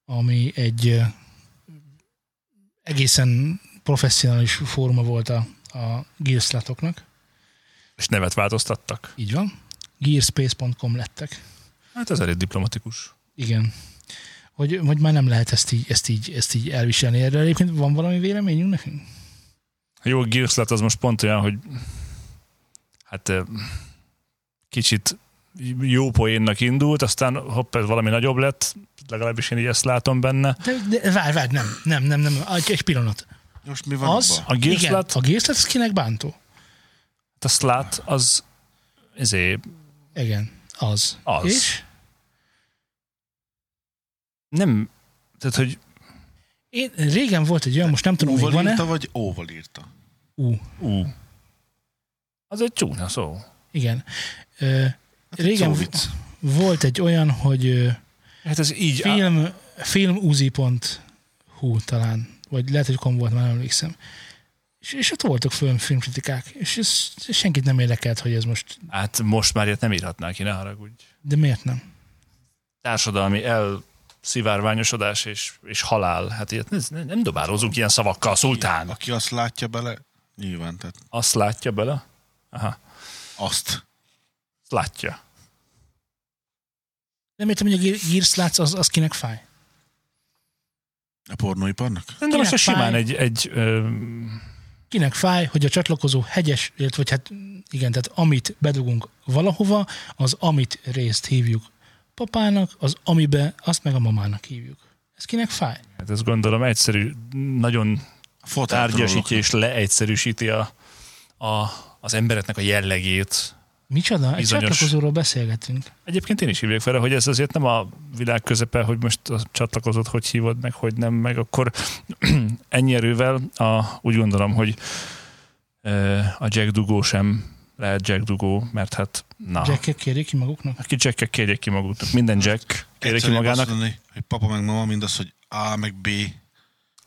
Speaker 2: ami egy ö, egészen professzionális fóruma volt a, a Gearslatoknak.
Speaker 1: És nevet változtattak.
Speaker 2: Így van. Gearspace.com lettek.
Speaker 1: Hát ez elég diplomatikus.
Speaker 2: Igen. Hogy, hogy már nem lehet ezt így, ezt így, ezt így elviselni. Erre egyébként van valami véleményünk nekünk?
Speaker 1: A jó Gears lett az most pont olyan, hogy hát eh, kicsit jó poénnak indult, aztán hopp, ez valami nagyobb lett, legalábbis én így ezt látom benne.
Speaker 2: De, de várj, várj, nem, nem, nem, nem, egy, egy pillanat.
Speaker 3: Most mi van
Speaker 2: Az,
Speaker 3: abban?
Speaker 1: A Gears
Speaker 2: igen,
Speaker 1: lett?
Speaker 2: a gészlet az kinek bántó?
Speaker 1: A Slat az ezé,
Speaker 2: Igen, az.
Speaker 1: Az.
Speaker 2: És?
Speaker 1: nem, tehát hogy
Speaker 2: Én, régen volt egy olyan, most nem tudom, hogy
Speaker 3: Úval
Speaker 2: van-e.
Speaker 3: írta, vagy óval írta?
Speaker 2: Ú,
Speaker 1: ú, az egy csúnya szó.
Speaker 2: igen. Ö,
Speaker 3: Hát
Speaker 2: régen
Speaker 3: szóvic.
Speaker 2: v- volt egy olyan, hogy ö,
Speaker 1: Hát ez így, á,
Speaker 2: film, filmuzi.hu talán, vagy lehet, hogy kom volt, már nem emlékszem. És, és ott voltak föl filmkritikák, és ez, és senkit nem érdekelt, hogy ez most,
Speaker 1: hát most már ilyet nem írhatnák ki, ne haragudj.
Speaker 2: de miért nem?
Speaker 1: Társadalmi elszivárványosodás és, és halál. Hát ilyet ne- ne- nem dobálózunk ilyen szavakkal, szultán.
Speaker 3: Aki azt látja bele, nyilván, tehát
Speaker 1: Azt látja bele? Aha,
Speaker 3: azt.
Speaker 1: azt látja.
Speaker 2: Nem értem, hogy a Ge- Gears látsz, az, az kinek fáj.
Speaker 3: A pornóiparnak?
Speaker 1: De most
Speaker 2: Kinek
Speaker 1: ez simán
Speaker 2: fáj?
Speaker 1: egy, egy ö,
Speaker 2: Kinek fáj, hogy a csatlakozó hegyes, illetve hogy hát igen, tehát amit bedugunk valahova, az amit részt hívjuk papának, az amibe, azt meg a mamának hívjuk. Ez kinek fáj?
Speaker 1: hát ez gondolom egyszerű, nagyon
Speaker 3: Foteltrolloknak.
Speaker 1: tárgyasítja és leegyszerűsíti a, a, az embereknek a jellegét.
Speaker 2: Micsoda? Egy
Speaker 1: Bizonyos.
Speaker 2: csatlakozóról beszélgetünk.
Speaker 1: Egyébként én is hívják fel, hogy ez azért nem a világ közepe, hogy most a csatlakozott, hogy hívod meg, hogy nem, meg akkor *clears throat* ennyi erővel a, úgy gondolom, hogy ö, a Jack Dugó sem lehet Jack Dugó, mert hát na. Jack.
Speaker 2: Jackek kérjék ki maguknak.
Speaker 1: Aki Jackek kérjék ki maguknak, minden Jack kérjék ki
Speaker 3: Egyszerűbb
Speaker 1: magának.
Speaker 3: azt Mondani, hogy papa meg mama mindaz, hogy A meg B.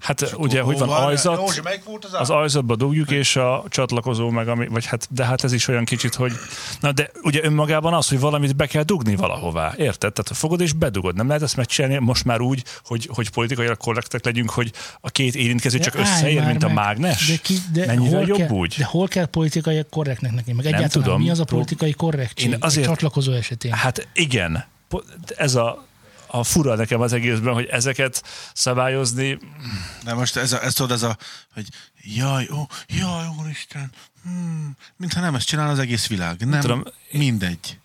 Speaker 1: Hát ugye, hogy van
Speaker 3: várjál,
Speaker 1: ajzat.
Speaker 3: Józsi, melyik volt az A?
Speaker 1: az ajzatba dugjuk, és a csatlakozó meg, ami, vagy hát, de hát ez is olyan kicsit, hogy, na de ugye önmagában az, hogy valamit be kell dugni valahová, érted? Tehát fogod és bedugod, nem lehet ezt megcsinálni most már úgy, hogy, hogy politikailag korrektek legyünk, hogy a két érintkező csak
Speaker 2: De állj
Speaker 1: összeér,
Speaker 2: már
Speaker 1: mint a
Speaker 2: meg.
Speaker 1: mágnes?
Speaker 2: De ki, de
Speaker 1: Mennyivel
Speaker 2: hol
Speaker 1: jobb
Speaker 2: kell,
Speaker 1: úgy?
Speaker 2: De hol kell politikai korrektnek neki? Meg egyáltalán
Speaker 1: tudom.
Speaker 2: mi az a
Speaker 1: Prób-
Speaker 2: politikai korrektség
Speaker 1: Én
Speaker 2: Én
Speaker 1: azért-
Speaker 2: azért... csatlakozó esetén?
Speaker 1: Hát igen, Po- ez a, a fura nekem az egészben, hogy ezeket szabályozni,
Speaker 3: De most ez, a, ez tudod, ez a, hogy jaj, ó, jaj, úristen, hmm, mintha nem ezt csinál az egész világ. Nem,
Speaker 1: tudom,
Speaker 3: Tudom, mindegy.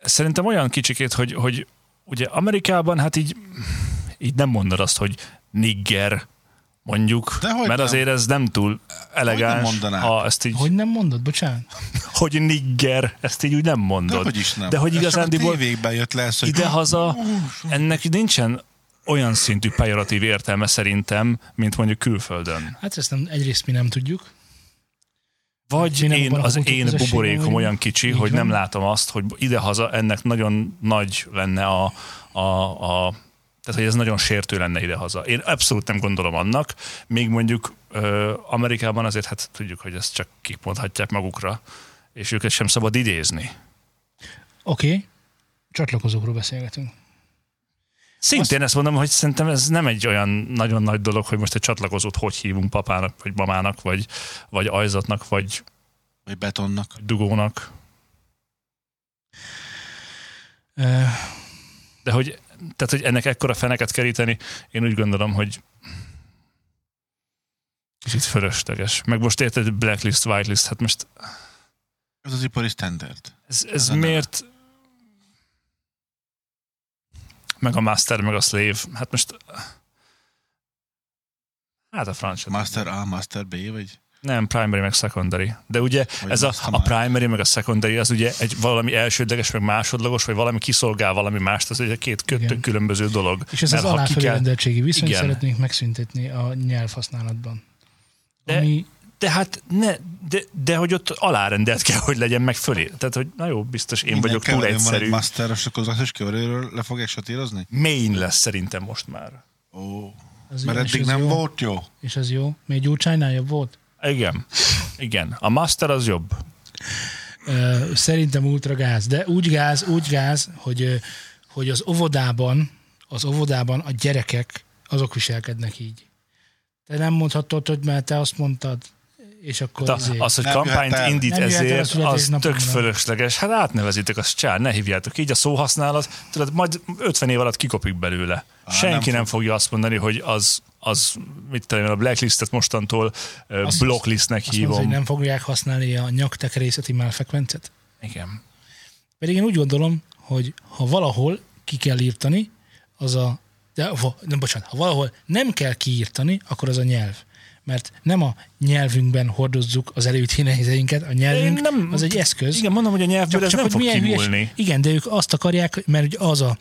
Speaker 1: szerintem olyan kicsikét, hogy, hogy ugye Amerikában hát így, így nem mondod azt, hogy nigger, mondjuk,
Speaker 3: Dehogy
Speaker 1: mert
Speaker 3: nem.
Speaker 1: azért ez nem túl elegáns,
Speaker 3: Hogy nem mondanák.
Speaker 1: ha ezt így, hogy,
Speaker 2: Hogy nem mondod? Bocsánat.
Speaker 1: hogy nigger, ezt így úgy nem
Speaker 3: De
Speaker 1: mondod.
Speaker 3: hogy is nem.
Speaker 1: De hogy
Speaker 3: Ez csak
Speaker 1: igazándiból
Speaker 3: A tévékben jött le ez, hogy
Speaker 1: idehaza ennek nincsen olyan szintű pejoratív értelme szerintem, mint mondjuk külföldön.
Speaker 2: Hát ezt nem, egyrészt mi nem tudjuk.
Speaker 1: Vagy
Speaker 2: Mi nem
Speaker 1: én,
Speaker 2: abban a
Speaker 1: az
Speaker 2: kultúrközösségben
Speaker 1: én buborékom
Speaker 2: vagyunk.
Speaker 1: olyan kicsi,
Speaker 2: Így
Speaker 1: hogy nem
Speaker 2: van.
Speaker 1: látom azt, hogy idehaza ennek nagyon nagy lenne a, a, a tehát, hogy ez nagyon sértő lenne idehaza. Én abszolút nem gondolom annak, még mondjuk ö, Amerikában azért hát tudjuk, hogy ezt csak kik mondhatják magukra, és őket sem szabad idézni.
Speaker 2: Oké, okay. csatlakozókról beszélgetünk.
Speaker 1: Szintén azt mondom, hogy szerintem ez nem egy olyan nagyon nagy dolog, hogy most egy csatlakozót hogy hívunk papának, vagy mamának, vagy, vagy ajzatnak, vagy
Speaker 3: vagy betonnak.
Speaker 1: dugónak.
Speaker 2: Ö,
Speaker 1: De hogy, tehát, hogy ennek ekkora feneket keríteni, én úgy gondolom, hogy kicsit fölösleges. Meg most érted, blacklist, whitelist, hát most
Speaker 3: Ez az ipari standard.
Speaker 1: ez, ez
Speaker 3: a neve.
Speaker 1: miért... Meg a master, meg a slave, hát most... Hát a francia.
Speaker 3: Master A, Master B, vagy
Speaker 1: Nem, primary meg secondary. De ugye
Speaker 3: Vagy
Speaker 1: ez a,
Speaker 3: mastermind.
Speaker 1: a primary meg a secondary, az ugye egy valami elsődleges, meg másodlagos, vagy valami kiszolgál valami mást, az ugye két kö-
Speaker 2: Igen.
Speaker 1: tök különböző dolog.
Speaker 2: és ez
Speaker 1: Mert
Speaker 2: az
Speaker 1: ha ki kell-
Speaker 2: aláfelrendeltségi viszonyt
Speaker 1: Igen.
Speaker 2: szeretnénk megszüntetni a nyelvhasználatban.
Speaker 1: De-
Speaker 2: De... Ami
Speaker 1: De hát ne, de, de hogy ott alárendelt kell, hogy legyen meg fölé. Tehát, hogy na jó, biztos én
Speaker 3: Minden
Speaker 1: vagyok túl
Speaker 3: keverőn Van
Speaker 1: egyszerű.
Speaker 3: egy master, és akkor az összes keverőről le fogják satírozni?
Speaker 1: Main lesz szerintem most már.
Speaker 3: Ó,
Speaker 2: az
Speaker 3: mert
Speaker 2: jó, és
Speaker 3: eddig
Speaker 2: az
Speaker 3: nem
Speaker 2: jó,
Speaker 3: volt jó.
Speaker 2: És az jó. Még Gyurcsánynál jobb volt?
Speaker 1: Igen. Igen. A master az jobb.
Speaker 2: Ö, szerintem ultra gáz, de úgy gáz, úgy gáz, hogy, ö, hogy az óvodában, az óvodában a gyerekek azok viselkednek így. Te nem mondhatod, hogy mert te azt mondtad, és akkor...
Speaker 1: Ta,
Speaker 2: izé-
Speaker 1: az, hogy
Speaker 3: Nem
Speaker 1: kampányt
Speaker 3: jöhet el.
Speaker 1: indít
Speaker 2: Nem jöhet el a
Speaker 1: ezért, az
Speaker 2: születésnapomra.
Speaker 1: tök fölösleges. Hát átnevezitek, azt csár, ne hívjátok így, a szóhasználat, tudod, majd 50 év alatt kikopik belőle. Senki
Speaker 3: nem
Speaker 1: nem, fogja azt mondani, hogy az, az mit tudom én, a blacklistet mostantól ö,
Speaker 2: Azt-
Speaker 1: blocklistnek
Speaker 2: Azt mondod,
Speaker 1: hívom.
Speaker 2: hogy nem fogják használni a nyaktekerészeti málfrekvencet?
Speaker 1: Igen.
Speaker 2: Pedig én úgy gondolom, hogy ha valahol ki kell írtani, az a... De, va- nem, bocsánat, ha valahol nem kell kiírtani, akkor az a nyelv. Mert nem a nyelvünkben hordozzuk az előíti nehézeinket, a nyelvünk
Speaker 1: Én nem-
Speaker 2: az egy eszköz.
Speaker 1: Igen, mondom, hogy a nyelvből ez nem
Speaker 2: hogy
Speaker 1: fog
Speaker 2: milyen hülyes-
Speaker 1: kimúlni.
Speaker 2: Igen, de ők azt akarják, mert ugye az a,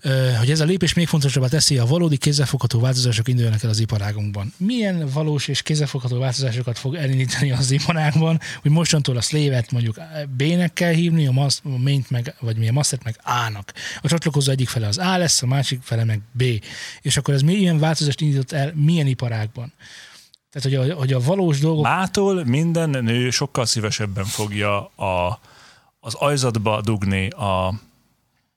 Speaker 2: ö, hogy ez a lépés még fontosabbá teszi, a valódi kézzelfogható változások induljanak el az iparágunkban. Milyen valós és kézzelfogható változásokat fog elindítani az iparágban, hogy mostantól a szlévet mondjuk B-nek kell hívni, a, mas, a maint meg, vagy mi a mastert meg A-nak. A csatlakozó egyik fele az A lesz, a másik fele meg B. És akkor ez milyen változást indított el, milyen iparágban? Tehát, hogy a, hogy a valós dolgok
Speaker 1: Mától minden nő sokkal szívesebben fogja a, az ajzatba dugni a,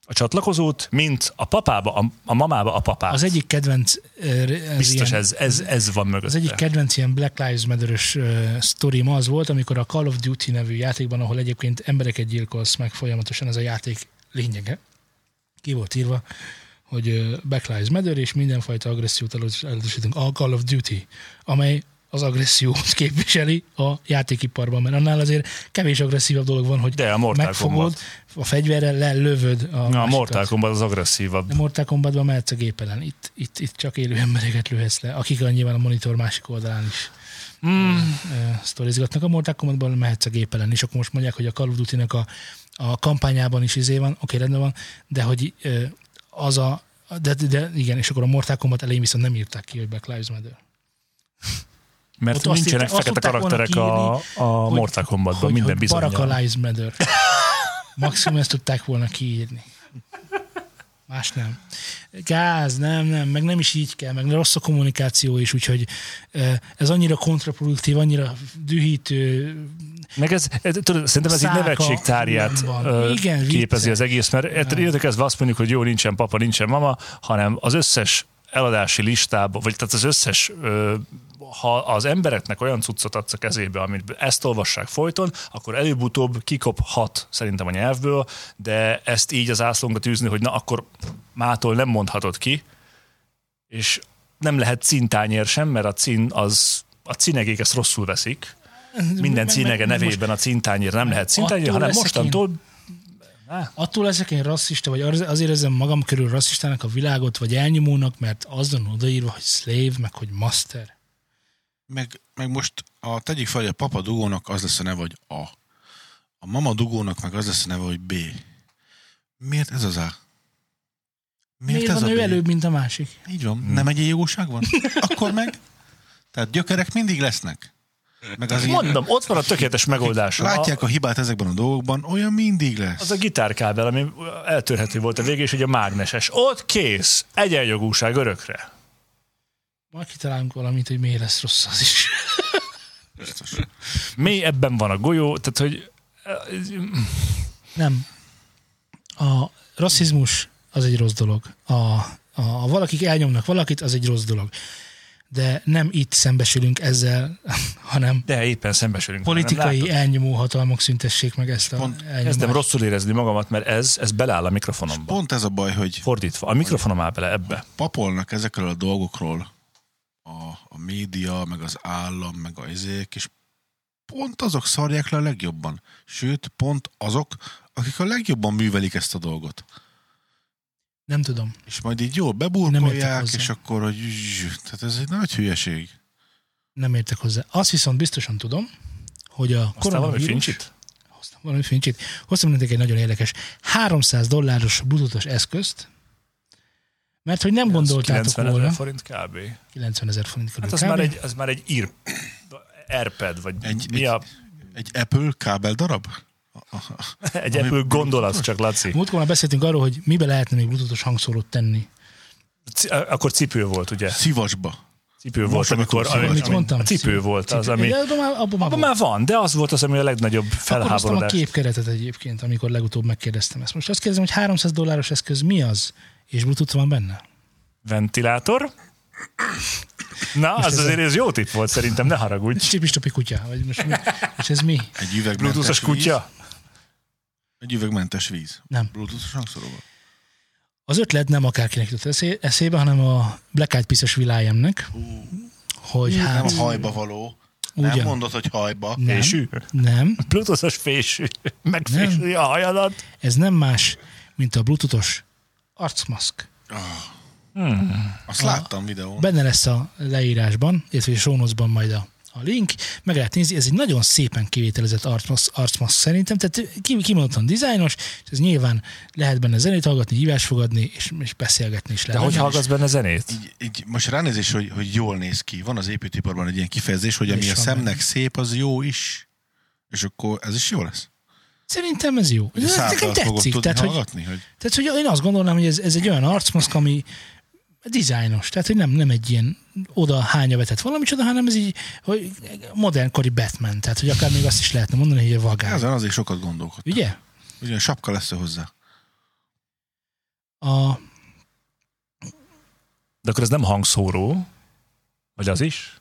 Speaker 1: a csatlakozót, mint a papába, a, a mamába a papát.
Speaker 2: Az egyik kedvenc ö, ez
Speaker 1: Biztos
Speaker 2: ilyen,
Speaker 1: ez, ez, ez van mögötte.
Speaker 2: az egyik kedvenc ilyen Black Lives Matter-ös ö, sztorim az volt, amikor a Call of Duty nevű játékban, ahol egyébként embereket gyilkolsz meg folyamatosan, ez a játék lényege. Ki volt írva, hogy ö, Black Lives Matter és mindenfajta agressziót elutas- elutasítunk. A Call of Duty, amely az agressziót képviseli a játékiparban, mert annál azért kevés agresszívabb dolog van, hogy
Speaker 1: De a Mortal
Speaker 2: megfogod,
Speaker 1: Kombat.
Speaker 2: a fegyverrel lelövöd a,
Speaker 1: Na, a
Speaker 2: másikat.
Speaker 1: Mortal Kombat az agresszívabb.
Speaker 2: De Mortal Kombatban mehetsz a gép ellen. Itt, itt, itt csak élő embereket lőhetsz le, akik a- nyilván a monitor másik oldalán is
Speaker 1: Mm.
Speaker 2: ö, sztorizgatnak. A Mortal Kombatban mehetsz a gép ellen, és akkor most mondják, hogy a Call of Duty-nak a, a kampányában is izé van, oké, rendben van, de hogy ö, az a de, de, de, igen, és akkor a Mortal Kombat elején viszont nem írták ki, hogy Black Lives Matter.
Speaker 1: Mert
Speaker 2: Ott azt
Speaker 1: nincsenek
Speaker 2: írta- azt
Speaker 1: fekete
Speaker 2: tudták volna
Speaker 1: karakterek a, a
Speaker 2: hogy-
Speaker 1: Mortal Kombatban,
Speaker 2: hogy,
Speaker 1: minden
Speaker 2: hogy Baraka
Speaker 1: bizony.
Speaker 2: Lives Matter. Maximum ezt tudták volna kiírni. Más nem. Gáz, nem, nem, meg nem is így kell, meg rossz a kommunikáció is, úgyhogy ö, ez annyira kontraproduktív, annyira dühítő,
Speaker 1: Meg ez, ez tudod, szerintem ez így
Speaker 2: Száka
Speaker 1: nevetségtárját
Speaker 2: van.
Speaker 1: ö,
Speaker 2: Igen, vicces.
Speaker 1: képezi az egész, mert érted, érted, ez azt mondjuk, hogy jó, nincsen papa, nincsen mama, hanem az összes eladási listába, vagy tehát az összes, ö, ha az embereknek olyan cuccot adsz a kezébe, amit ezt olvassák folyton, akkor előbb-utóbb kikophat szerintem a nyelvből, de ezt így az ászlónkra tűzni, hogy na akkor mától nem mondhatod ki, és nem lehet cintányér sem, mert a cín az a cinegék ezt rosszul veszik. Minden
Speaker 2: meg-
Speaker 1: cínege
Speaker 2: meg-
Speaker 1: nevében a cintányér nem lehet cintányér,
Speaker 2: attól
Speaker 1: hanem
Speaker 2: leszek
Speaker 1: mostantól
Speaker 2: attól leszek én rasszista, vagy arz- azért ezem magam körül rasszistának a világot, vagy elnyomónak, mert azon odaírva, hogy slave, meg hogy master.
Speaker 3: Meg, meg most a, tegyük fel, hogy a papa dugónak az lesz a neve, hogy A. A mama dugónak meg az lesz a neve, hogy B. Miért ez az A? Miért,
Speaker 2: Miért
Speaker 3: ez
Speaker 2: van
Speaker 3: a
Speaker 2: ő
Speaker 3: B?
Speaker 2: előbb, mint a másik?
Speaker 3: Így van. Nem egy jogúság van? Akkor meg? Tehát gyökerek mindig lesznek. Meg az ilyen-
Speaker 1: Mondom, ott van a tökéletes megoldás. A,
Speaker 3: Látják a hibát ezekben a dolgokban, olyan mindig lesz.
Speaker 1: az a gitárkábel, ami eltörhető volt a végén, és ugye mágneses. Ott kész, egyenjogúság örökre.
Speaker 2: Majd kitalálunk valamit, hogy miért lesz rossz az is.
Speaker 3: biztos.
Speaker 1: Mély ebben van a golyó, tehát hogy
Speaker 2: Nem. A rasszizmus az egy rossz dolog. A, a, a valakik elnyomnak valakit, az egy rossz dolog. De nem itt szembesülünk ezzel, *laughs* hanem
Speaker 1: de éppen szembesülünk. vele, nem
Speaker 2: politikai
Speaker 1: látod?
Speaker 2: elnyomó hatalmak szüntessék meg ezt a
Speaker 3: Pont
Speaker 2: elnyomást.
Speaker 1: Kezdem rosszul érezni magamat, mert ez, ez beláll a mikrofonomba.
Speaker 3: Pont ez a baj, hogy
Speaker 1: Fordítva, a mikrofonom áll bele ebbe.
Speaker 3: papolnak ezekről a dolgokról a, a média, meg az állam, meg a izék, és pont azok szarják le a legjobban. Sőt, pont azok, akik a legjobban művelik ezt a dolgot.
Speaker 2: Nem tudom.
Speaker 3: És majd így jól
Speaker 2: Nem értek
Speaker 3: beburkolják,
Speaker 2: hozzá.
Speaker 3: és akkor, hogy zs, tehát ez egy nagy hülyeség.
Speaker 2: Nem értek hozzá. Azt viszont biztosan tudom, hogy a
Speaker 1: Aztán valami
Speaker 2: koronavírus...
Speaker 1: fincsit?
Speaker 2: Hoztam valami fincsit. Hoztam nektek egy nagyon érdekes 300 dolláros bluetooth eszközt, mert hogy nem gondoltátok
Speaker 1: 90 ezer
Speaker 2: volna...
Speaker 1: forint kb.
Speaker 2: 90 ezer forint körül.
Speaker 1: Hát az
Speaker 2: kb.
Speaker 1: már egy, az már egy ír, Airpad, vagy
Speaker 3: Egy-
Speaker 1: egy, mi a,
Speaker 3: Egy Apple kábel darab?
Speaker 1: egy Apple gondolat, csak Laci.
Speaker 2: Múltkor már beszéltünk arról, hogy mibe lehetne még bluetoothos hangszórót tenni.
Speaker 1: Ci- Akkor cipő volt, ugye?
Speaker 3: Szívasba.
Speaker 1: Cipő volt, amikor...
Speaker 3: amikor
Speaker 1: ami-
Speaker 2: Amit mondtam?
Speaker 1: A cipő volt az, ami...
Speaker 2: De abban már, abban már,
Speaker 1: Abban
Speaker 2: volt.
Speaker 1: már van, de az volt az, ami a legnagyobb
Speaker 2: Akkor hoztam a
Speaker 1: felháborodás.
Speaker 2: képkeretet egyébként, amikor legutóbb megkérdeztem ezt. Most azt kérdezem, hogy 300 dolláros eszköz mi az, és bluetooth van benne?
Speaker 1: Ventilátor, Na,
Speaker 2: Most
Speaker 1: az
Speaker 2: ez
Speaker 1: azért
Speaker 2: a-
Speaker 1: ez jó tipp volt szerintem, ne haragudj.
Speaker 2: Csipistopi kutya, vagy most mi? És ez mi?
Speaker 3: Egy üvegmentes
Speaker 1: Bluetoothos
Speaker 3: víz.
Speaker 1: kutya?
Speaker 3: Egy üvegmentes víz.
Speaker 2: Nem.
Speaker 3: Bluetoothos hangszorúval.
Speaker 2: Az ötlet nem akárkinek jutott eszé- eszébe, hanem a Black Eyed Peas-es világemnek, hogy
Speaker 3: Nem
Speaker 2: hát...
Speaker 3: a hajba való. Nem
Speaker 2: Ugyan.
Speaker 3: mondod, hogy hajba.
Speaker 2: Nem.
Speaker 1: Fésű?
Speaker 2: Nem,
Speaker 1: Bluetoothos fésű. Megfésüli a hajadat.
Speaker 2: ez nem más, mint a bluetoothos arcmaszk.
Speaker 3: Azt láttam videón.
Speaker 2: Benne lesz a leírásban, illetve a show notes-ban majd a, a link, meg lehet nézni, ez egy nagyon szépen kivételezett arcmasz, arcmasz szerintem, tehát ki- kimondottan dizájnos, és ez nyilván lehet benne zenét hallgatni, hívás fogadni, és, és beszélgetni is
Speaker 1: De
Speaker 2: lehet.
Speaker 1: hogy hallgatsz benne zenét?
Speaker 3: Így, így, most ránézés, hogy, hogy jól néz ki. Van az építőiparban egy ilyen kifejezés, hogy ami
Speaker 2: És
Speaker 3: a
Speaker 2: van
Speaker 3: szemnek szép, az jó is. És akkor ez is jó lesz.
Speaker 2: Szerintem ez jó.
Speaker 3: Hogy a
Speaker 2: Ez nekem
Speaker 3: száddal fogod
Speaker 2: tetszik.
Speaker 3: tudni
Speaker 2: Tehát hogy,
Speaker 3: hallgatni? Hogy...
Speaker 2: tehát, hogy én azt gondolnám, hogy ez, ez egy olyan arcmaszk, ami dizájnos, tehát hogy nem, nem egy ilyen oda hánya vetett valamicsoda, hanem ez így, hogy modernkori Batman, tehát hogy akár még azt is lehetne mondani, hogy egy vagány.
Speaker 3: Ezen azért sokat gondolkodtam.
Speaker 2: Ugye?
Speaker 3: Ugyan sapka lesz hozzá.
Speaker 2: A,
Speaker 1: De akkor ez nem hangszóró? Vagy az is?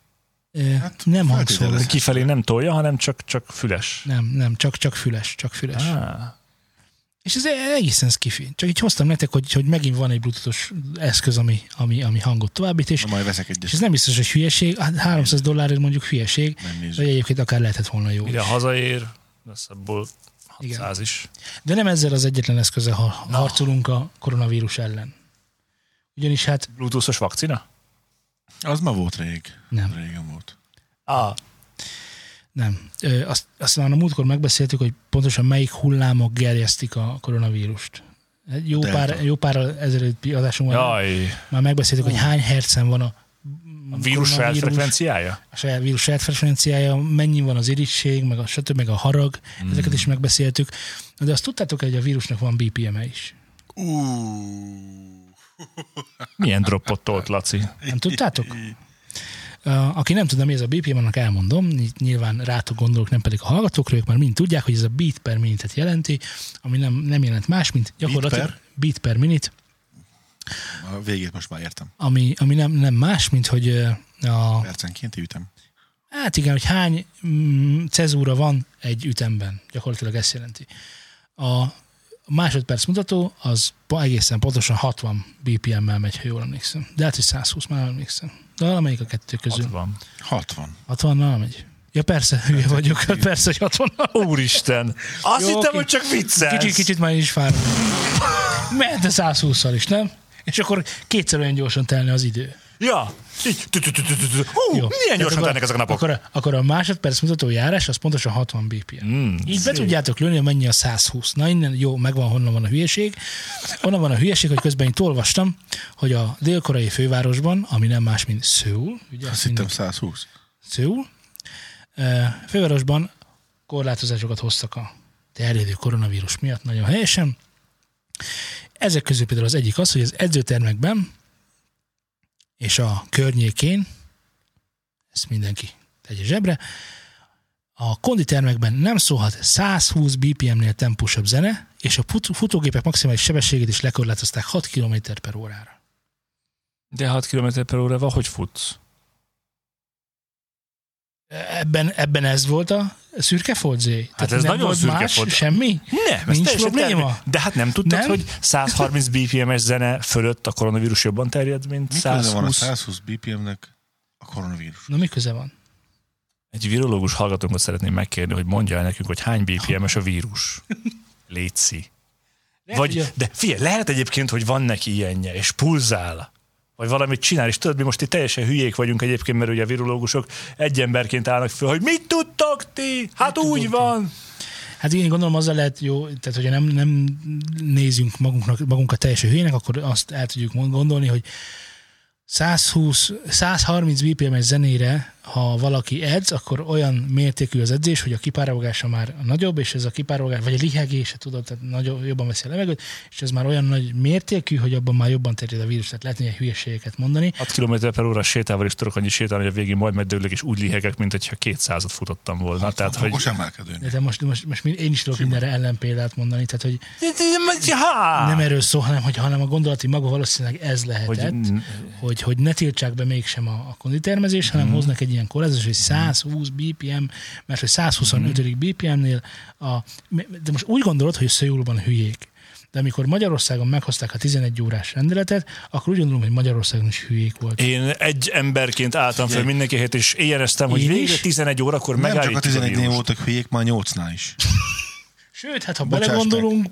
Speaker 2: hát, nem hangszóró.
Speaker 3: feltételezhető.
Speaker 1: Kifelé nem tolja, hanem csak, csak füles.
Speaker 2: Nem, nem, csak, csak füles, csak füles. Ah.
Speaker 1: Ah,
Speaker 2: És ez egészen skifi. Csak így hoztam nektek, hogy, hogy megint van egy bluetoothos eszköz, ami, ami, ami hangot továbbít, és,
Speaker 3: Na, majd veszek
Speaker 2: és
Speaker 3: egyet.
Speaker 2: ez nem biztos, hogy hülyeség, hát 300 dollárért mondjuk hülyeség,
Speaker 3: Nem
Speaker 2: vagy
Speaker 3: nézzük.
Speaker 2: egyébként akár lehetett volna jó.
Speaker 1: ide hazaér, lesz abból
Speaker 2: Igen.
Speaker 1: 600 is.
Speaker 2: De nem ezzel az egyetlen eszköze, ha harcolunk a koronavírus ellen. Ugyanis hát
Speaker 1: Bluetoothos vakcina?
Speaker 3: Az ma volt rég.
Speaker 2: Nem.
Speaker 3: Régen volt.
Speaker 1: Ah,
Speaker 2: nem. Ö, azt, azt már a múltkor megbeszéltük, hogy pontosan melyik hullámok gerjesztik a koronavírust. Egy Jó
Speaker 3: Delta.
Speaker 2: pár, jó pár ezelőtti adásunkban
Speaker 1: jaj.
Speaker 2: már megbeszéltük, hogy hány hercen van a
Speaker 1: A vírus saját
Speaker 2: koronavírus,
Speaker 1: frekvenciája?
Speaker 2: a saját vírus saját frekvenciája, mennyi van az irigység, meg a stb., meg a harag, mm. ezeket is megbeszéltük. Na, De azt tudtátok, hogy a vírusnak van BPM-e E is.
Speaker 3: Uh,
Speaker 1: Milyen droppot tolt, Laci?
Speaker 2: Nem tudtátok? Uh, Aki nem tudna, mi ez a BPM, annak elmondom. Ny- Nyilván rátok gondolok, nem pedig a hallgatókra, ők már mind tudják, hogy ez a beat per minute jelenti, ami nem, nem jelent más, mint gyakorlatilag
Speaker 3: per?
Speaker 2: beat per minute,
Speaker 3: a végét most már értem.
Speaker 2: ami, ami nem, nem más, mint hogy ö, a,
Speaker 3: Percenkénti ütem.
Speaker 2: Hát igen, hogy hány mm, cezúra van egy ütemben. Gyakorlatilag ezt jelenti. A másodperc mutató az po- egészen pontosan 60 BPM-mel megy, ha jól emlékszem. De hát, hogy 120 már nem emlékszem. De valamelyik a kettő közül.
Speaker 1: 60.
Speaker 3: 60.
Speaker 2: 60-nal megy. Ja persze, hülye vagyok, persze, hogy 60-nal.
Speaker 1: Úristen! Azt
Speaker 2: Jó,
Speaker 1: hittem,
Speaker 2: oké.
Speaker 1: hogy csak viccelsz.
Speaker 2: Kicsit, kicsit már én is fáradt. Mehet, de 120-szal is, nem? És akkor kétszer olyan gyorsan telne az idő.
Speaker 1: Ja. Így. tü-tü-tü-tü-tü. Hú, milyen
Speaker 2: Tehát
Speaker 1: gyorsan
Speaker 2: akkor-
Speaker 1: telnek ezek a napok.
Speaker 2: Akkor a, akkor a másodperc mutató járás az pontosan 60 BPM.
Speaker 1: Hmm.
Speaker 2: Mm, Így be tudjátok lőni, hogy mennyi a 120. Na innen jó, megvan, honnan van a hülyeség. Onnan van a hülyeség, hogy közben itt olvastam, hogy a dél-koreai fővárosban, ami nem más, mint Szöul, ugye
Speaker 3: Azt
Speaker 2: azt
Speaker 3: hittem
Speaker 2: minden
Speaker 3: 120.
Speaker 2: Szöul, ö, fővárosban korlátozásokat hoztak a terjedő koronavírus miatt, nagyon helyesen. Ezek közül például az egyik az, hogy az edzőtermekben és a környékén, ezt mindenki tegye zsebre, a konditermekben nem szólhat 120 BPM-nél tempósabb zene, és a fut- futógépek maximális sebességét is lekorlátozták 6 km per órára.
Speaker 1: De 6 km per órával hogy futsz?
Speaker 2: Ebben, ebben ez volt a szürke fodzé? Hát
Speaker 1: ez
Speaker 2: nem
Speaker 1: nagyon
Speaker 2: volt
Speaker 1: szürke
Speaker 2: más,
Speaker 1: fodzé.
Speaker 2: semmi?
Speaker 1: Nem,
Speaker 2: Nincs
Speaker 1: teljesen
Speaker 2: probléma?
Speaker 1: termé- De hát nem tudtad,
Speaker 2: Nem?
Speaker 1: hogy 130 BPM-es zene fölött a koronavírus jobban terjed, mint
Speaker 3: Mikor van a
Speaker 1: 120?
Speaker 3: 120 BPM-nek a koronavírus?
Speaker 2: Na mi köze van?
Speaker 1: Egy virológus hallgatónkat szeretném megkérni, hogy mondja el nekünk, hogy hány BPM-es a vírus. Létszi.
Speaker 2: hogy
Speaker 1: Vagy,
Speaker 2: a-
Speaker 1: de figyelj, lehet egyébként, hogy van neki ilyenje, és pulzál, vagy valamit csinál, és tudod, mi most itt teljesen hülyék vagyunk egyébként, mert ugye a virológusok egy emberként állnak föl, hogy mit tudtok ti? Hát
Speaker 2: Mit
Speaker 1: úgy
Speaker 2: tudunk
Speaker 1: van.
Speaker 2: Hát én gondolom azzal lehet jó, tehát hogyha nem, nem nézünk magunknak, magunkat teljesen hülyének, akkor azt el tudjuk mond- gondolni, hogy 120, 130 BPM-es zenére ha valaki edz, akkor olyan mértékű az edzés, hogy a kipárolgása már nagyobb, és ez a kipárolgás, vagy a lihegése, tudod, tehát nagyobb, jobban veszi a levegőt, és ez már olyan nagy mértékű, hogy abban már jobban terjed a vírus, tehát lehet ilyen hülyeségeket mondani.
Speaker 1: 6 km per óra sétával is tudok annyi sétálni, hogy a végén majd megdőlök, és úgy lihegek, mint hogyha 200-at futottam volna. tehát, hogy...
Speaker 3: Fogos emelkedőn.
Speaker 2: De te most, most, most min- én is tudok mindenre ellenpéldát mondani, tehát hogy
Speaker 1: Ha!
Speaker 2: nem erről szó, hanem, hogy, hanem a gondolati maga valószínűleg ez
Speaker 1: hogy
Speaker 2: lehetett, hogy, hogy, hogy ne tiltsák be mégsem a, a konditermezés, hanem
Speaker 3: Mhm.
Speaker 2: mm. hoznak egy ilyen korlázat, hogy 120 BPM, mert hogy 125.
Speaker 3: Mhm.
Speaker 2: Mm. BPM-nél a, de most úgy gondolod, hogy Szöjúlban hülyék. De amikor Magyarországon meghozták a 11 órás rendeletet, akkor úgy gondolom, hogy Magyarországon is hülyék volt.
Speaker 1: én egy emberként álltam fel mindenki helyett, és éjjeleztem, hogy
Speaker 2: Én
Speaker 1: végre
Speaker 2: is?
Speaker 1: 11 órakor
Speaker 3: Nem csak a
Speaker 1: megállítjuk a
Speaker 3: 11-nél
Speaker 1: vírust.
Speaker 3: voltak hülyék, már 8-nál is.
Speaker 2: Sőt, hát ha
Speaker 3: Bocsáss meg.
Speaker 2: belegondolunk,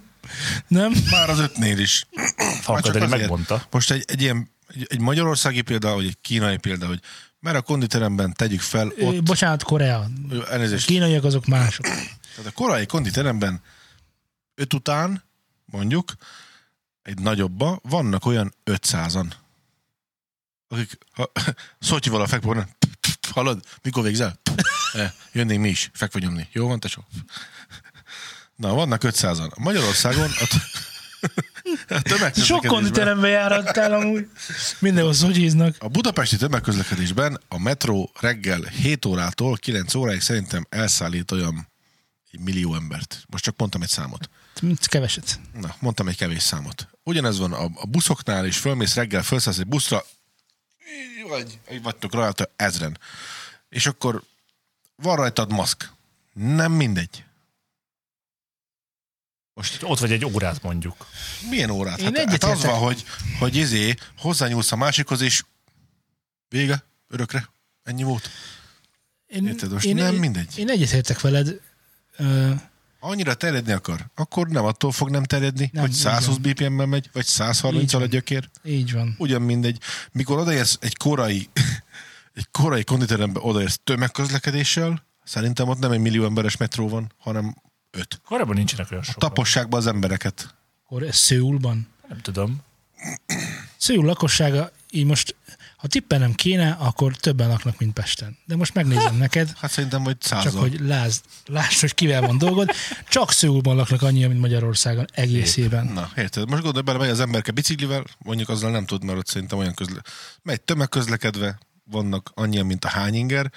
Speaker 2: nem?
Speaker 3: Már az 5-nél is. Már csak
Speaker 1: Falkaderi
Speaker 3: azért.
Speaker 1: megmondta.
Speaker 3: Most egy, egy ilyen egy, egy magyarországi példa, vagy egy kínai példa, hogy mert a konditeremben tegyük fel, ott,
Speaker 2: Ö, Bocsánat, Korea.
Speaker 3: ö, elnézést,
Speaker 2: Kínaiak azok mások.
Speaker 3: Tehát a korai konditeremben öt után, mondjuk, egy nagyobba vannak olyan 500-an, akik ha, szotyival a *laughs* fekvőn, hallod, mikor végzel? E, Jönnénk mi is, fekvő nyomni. Jó van, tesó? *laughs* Na, vannak 500-an. Magyarországon a, t- *laughs* a
Speaker 2: Sok
Speaker 3: tömegközlekedésben-
Speaker 2: konditerembe járattál amúgy.
Speaker 3: *laughs*
Speaker 2: Mindenhol szogyíznak.
Speaker 3: a budapesti tömegközlekedésben a metró reggel 7 órától 9 óráig szerintem elszállít olyan egy millió embert. Most csak mondtam egy számot.
Speaker 2: Keveset.
Speaker 3: Na, mondtam egy kevés számot. Ugyanez van a, a buszoknál is, fölmész reggel, felszállsz egy buszra, így vagy, így vagytok rajta ezren. És akkor van rajtad maszk. Nem mindegy. Most
Speaker 1: Ott vagy egy órát mondjuk.
Speaker 3: milyen órát?
Speaker 2: Én
Speaker 3: Hát, hát az
Speaker 2: egyetértek.
Speaker 3: van, hogy, hogy izé, hozzányúlsz a másikhoz, és vége, örökre. Ennyi volt.
Speaker 2: Én,
Speaker 3: Érted? Most nem mindegy.
Speaker 2: Én egyetértek veled. Ö,
Speaker 3: Annyira terjedni akar, akkor nem attól fog nem terjedni,
Speaker 2: Nem,
Speaker 3: nem, hogy 120
Speaker 2: így
Speaker 3: BPM-ben megy, vagy
Speaker 2: Így
Speaker 3: 130-al
Speaker 2: van.
Speaker 3: a gyökér.
Speaker 2: így van.
Speaker 3: ugyan mindegy. Mikor odaérsz egy korai, *laughs* egy korai konditerembe odaérsz tömegközlekedéssel, szerintem ott nem egy millió emberes metró van, hanem öt.
Speaker 1: Korábban nincsenek olyan sokan.
Speaker 3: Tapossák be az embereket.
Speaker 2: Akkor ez Szőulban.
Speaker 1: Nem tudom.
Speaker 2: Szőul lakossága, így most, ha tippenem kéne, akkor többen laknak, mint Pesten. De most megnézem neked,
Speaker 3: Hát szerintem vagy
Speaker 2: csak
Speaker 3: százal.
Speaker 2: hogy lázd, lásd, hogy kivel van dolgod. Csak Szőulban laknak annyian, mint Magyarországon egészében.
Speaker 3: Na, érted? Most gondolj bele, megy az emberke biciklivel, mondjuk azzal nem tud, mert ott szerintem olyan közle... Megy tömegközlekedve, vannak annyian, mint a hányinger.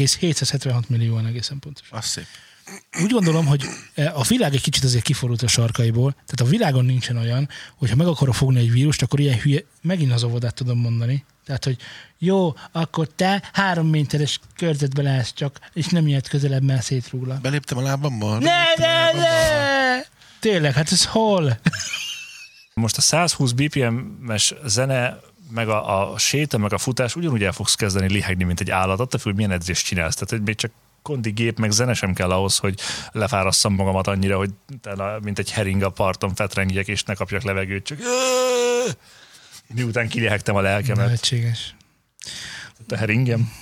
Speaker 2: 9,776 millióan egészen pontosan.
Speaker 3: Az szép.
Speaker 2: Úgy gondolom, hogy e, a világ egy kicsit azért kiforult a sarkaiból, tehát a világon nincsen olyan, hogyha meg akarok fogni egy vírust, akkor ilyen hülye, megint az óvodát tudom mondani. Tehát, hogy jó, akkor te három méteres körzetbe lehetsz csak, és nem jöhet közelebb, mert szétrúglak.
Speaker 3: Beléptem a lábammal?
Speaker 2: Ne, ne, ne! Tényleg, hát ez hol?
Speaker 1: Most a 120 BPM-es zene, meg a, a séta, meg a futás ugyanúgy el fogsz kezdeni lihegni, mint egy állat, attól függ, hogy milyen edzést csinálsz. Tehát hogy még csak kondi gép, meg zene sem kell ahhoz, hogy lefárasszam magamat annyira, hogy utána, mint egy hering a parton fetrengjek, és ne kapjak levegőt, csak miután kilihegtem a lelkemet,
Speaker 2: Lehetséges.
Speaker 1: a heringem.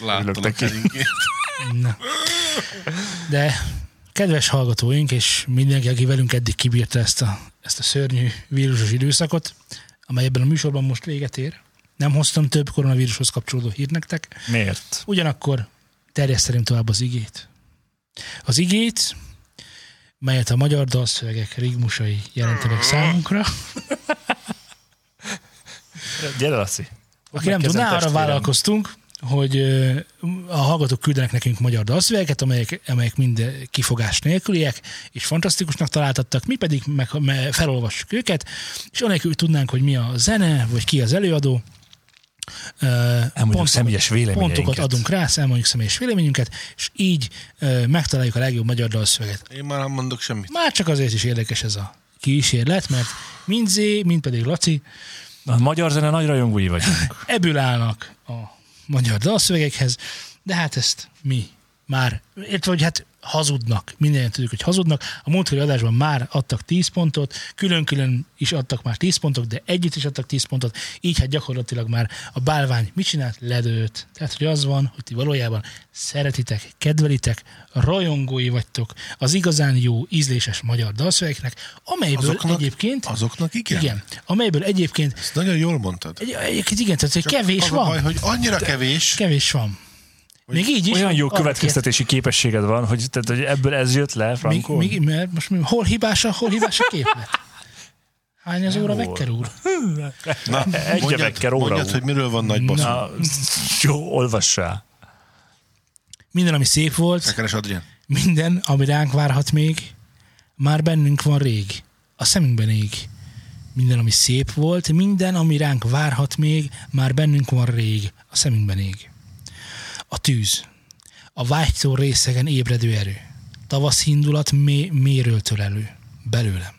Speaker 1: Örülök
Speaker 3: Láttalak
Speaker 1: neki.
Speaker 3: keringét.
Speaker 2: Na. De kedves hallgatóink, és mindenki, aki velünk eddig kibírta ezt a, ezt a szörnyű vírusos időszakot, amely ebben a műsorban most véget ér, nem hoztam több koronavírushoz kapcsolódó hírt nektek,
Speaker 1: Miért?
Speaker 2: Ugyanakkor terjeszteném tovább az igét. Az igét, melyet a magyar dalszövegek rigmusai jelentenek számunkra.
Speaker 1: Gyere, Laci.
Speaker 2: Aki nem
Speaker 1: Megkezdem
Speaker 2: tudná, arra
Speaker 1: testvérem.
Speaker 2: vállalkoztunk, hogy ö, a hallgatók küldenek nekünk magyar dalszövegeket, amelyek, amelyek mind kifogás nélküliek, és fantasztikusnak találtattak, mi pedig meg, me, felolvassuk őket, és anélkül tudnánk, hogy mi a zene, vagy ki az előadó. Ö,
Speaker 1: Elmondjuk
Speaker 2: pontokat-
Speaker 1: személyes véleményeinket.
Speaker 2: pontokat adunk rá, elmondjuk személyes véleményünket, és így ö, megtaláljuk a legjobb magyar dalszöveget.
Speaker 3: Én már nem mondok semmit.
Speaker 2: Már csak azért is érdekes ez a kísérlet, mert mind Zé, mind pedig Laci
Speaker 1: A magyar zene nagy rajongói vagy.
Speaker 2: ebből állnak a magyar dalszövegekhez, de hát ezt mi már, értve, hogy hát hazudnak, mindjárt tudjuk, hogy hazudnak. A múltkori adásban már adtak 10 pontot, külön-külön is adtak már 10 pontot, de együtt is adtak 10 pontot, így hát gyakorlatilag már a bálvány mit csinált? Ledőlt. Tehát, hogy az van, hogy ti valójában szeretitek, kedvelitek, rajongói vagytok az igazán jó, ízléses magyar dalszövegeknek, amelyből
Speaker 3: Azoknak-
Speaker 2: egyébként...
Speaker 3: Azoknak igen?
Speaker 2: Igen, amelyből egyébként
Speaker 3: Ezt nagyon jól mondtad.
Speaker 2: egy, egyébként, tehát hogy kevés
Speaker 3: az
Speaker 2: van.
Speaker 3: A baj, hogy annyira kevés,
Speaker 2: Kevés van. Még így is.
Speaker 1: Olyan jó
Speaker 2: arra
Speaker 1: következtetési képességed van, hogy, tehát, hogy ebből ez jött le,
Speaker 2: kért. Még,
Speaker 1: Franco.
Speaker 2: még, mert most mi, hol hibás a, hol hibás a képlet? Hány az óra
Speaker 1: volt.
Speaker 2: Vekker úr?
Speaker 3: Na,
Speaker 1: Egy gyerekkel óra
Speaker 3: mondjad,
Speaker 1: óra.
Speaker 3: hogy miről van nagy basszú.
Speaker 1: Na, jó, olvassál.
Speaker 2: Minden, ami szép
Speaker 1: Hát
Speaker 2: volt,
Speaker 3: Megkeres Adrián.
Speaker 2: minden, ami ránk várhat még, már bennünk van rég, a szemünkben ég. Minden, ami szép volt, minden, ami ránk várhat még, már bennünk van rég, a szemünkben ég. A tűz, a vágytó részegen ébredő erő, tavasz indulat mé- méről tör elő, belőlem.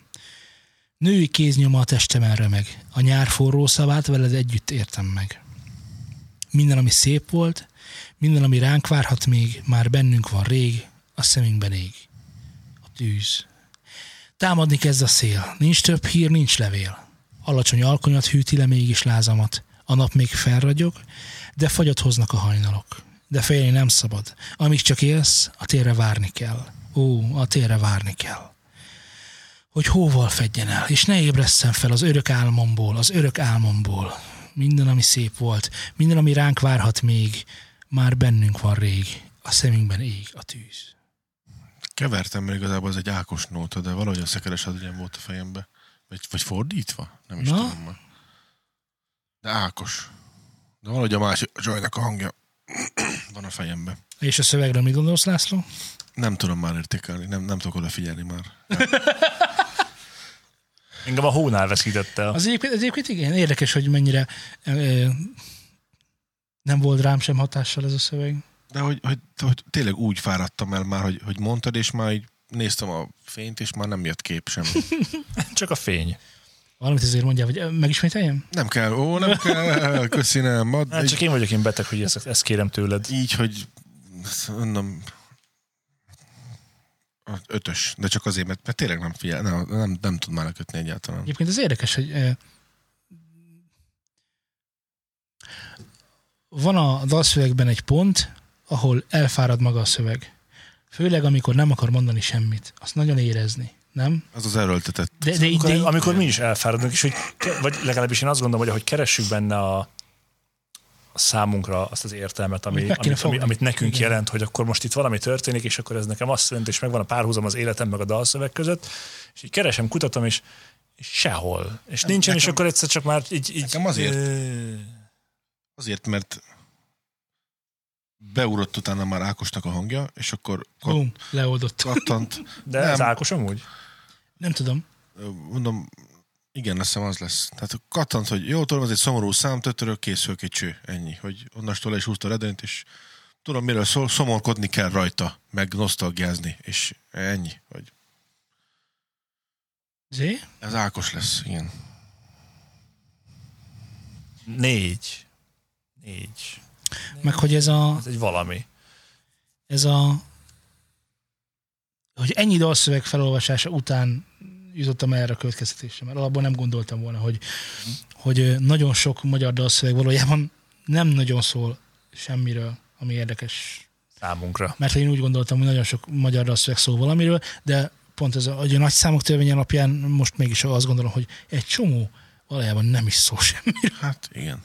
Speaker 2: Női kéznyoma a testemen remeg, a nyár forró szavát veled együtt értem meg. Minden, ami szép volt, minden, ami ránk várhat még, már bennünk van rég, a szemünkben ég. A tűz. Támadni kezd a szél, nincs több hír, nincs levél. Alacsony alkonyat hűti le mégis lázamat. A nap még felragyog, de fagyat hoznak a hajnalok. De félni nem szabad. Amíg csak élsz, a térre várni kell. Ó, a térre várni kell. Hogy hóval fedjen el, és ne ébresszen fel az örök álmomból, az örök álmomból. Minden, ami szép volt, minden, ami ránk várhat még, már bennünk van rég. A szemünkben ég a tűz.
Speaker 3: Kevertem, mert igazából ez egy Ákos nóta, de valahogy a Szekeres Adrián volt a fejembe. Vagy, vagy fordítva? Nem is
Speaker 2: Na?
Speaker 3: tudom már. De Ákos. De valahogy a másik a Joynak a hangja *clears throat* van a fejembe.
Speaker 2: És a szövegről mit gondolsz, László?
Speaker 3: Nem tudom már értékelni, nem, nem tudok odafigyelni már.
Speaker 1: Engem a hónál veszítette. el.
Speaker 2: Az egyébként, az egyébként igen, érdekes, hogy mennyire ö, ö, nem volt rám sem hatással ez a szöveg.
Speaker 3: De hogy, hogy, hogy tényleg úgy fáradtam el már, hogy, hogy mondtad, és már így néztem a fényt, és már nem jött kép
Speaker 1: *laughs*
Speaker 3: sem.
Speaker 1: Csak a fény.
Speaker 2: Valamit azért mondja, hogy ö, megismételjem?
Speaker 3: Nem kell, ó, nem kell, köszi, nem. Ad,
Speaker 1: Hát csak én vagyok én beteg, hogy ezt, ezt kérem tőled.
Speaker 3: így, hogy mondom, a ötös, de csak azért, mert, mert tényleg nem figyel, nem, nem, nem tud már lekötni egyáltalán.
Speaker 2: Egyébként az érdekes, hogy ö, van a dalszövegben egy pont, ahol elfárad maga a szöveg. Főleg, amikor nem akar mondani semmit. Azt nagyon érezni, nem? Szóval,
Speaker 3: Az az erőltetett.
Speaker 2: De, de, így- de,
Speaker 1: Amikor,
Speaker 2: de
Speaker 1: amikor mi is elfáradunk, és hogy, ke- vagy legalábbis én azt gondolom, hogy ahogy keressük benne a, a számunkra azt az értelmet, ami,
Speaker 2: Amit meg kéne
Speaker 1: amit, ami,
Speaker 2: fogni.
Speaker 1: amit nekünk
Speaker 2: Igen.
Speaker 1: Igen. jelent, hogy akkor most itt valami történik, és akkor ez nekem azt jelenti, és megvan a párhuzam az életem meg a dalszöveg között, és így keresem, kutatom, és és sehol. És nincsen, és
Speaker 3: nekem-
Speaker 1: akkor egyszer csak már így... így
Speaker 3: nekem azért.
Speaker 1: Ö,
Speaker 3: Azért, mert beugrott utána már Ákosnak a hangja, és akkor kat-
Speaker 2: bum, leoldott.
Speaker 3: kattant,
Speaker 1: De
Speaker 3: Nem.
Speaker 1: ez Ákos amúgy?
Speaker 2: Nem tudom.
Speaker 3: mondom, igen, azt hiszem az lesz. Tehát kattant, hogy jó, tudom, ez egy szomorú szám, tötörök, készül kicső, ennyi. Hogy onnastól le is húzta a redőnyt, és tudom, miről szól, szomorkodni kell rajta, meg nosztalgiázni, és ennyi. Hogy
Speaker 2: Zé?
Speaker 3: ez Ákos lesz, igen.
Speaker 1: Négy. Négy.
Speaker 2: Meg hogy ez a,
Speaker 1: Ez egy valami.
Speaker 2: ez a hogy ennyi dalszöveg felolvasása után jutottam erre a következtetésre, mert alapból nem gondoltam volna, hogy, hogy ö, nagyon sok magyar dalszöveg valójában nem nagyon szól semmiről, ami érdekes
Speaker 1: Számunkra.
Speaker 2: mert én úgy gondoltam, hogy nagyon sok magyar dalszöveg szól valamiről, de pont ez a, hogy a nagy számok törvény alapján most mégis azt gondolom, hogy egy csomó valójában nem is szól semmi.
Speaker 3: Hát igen.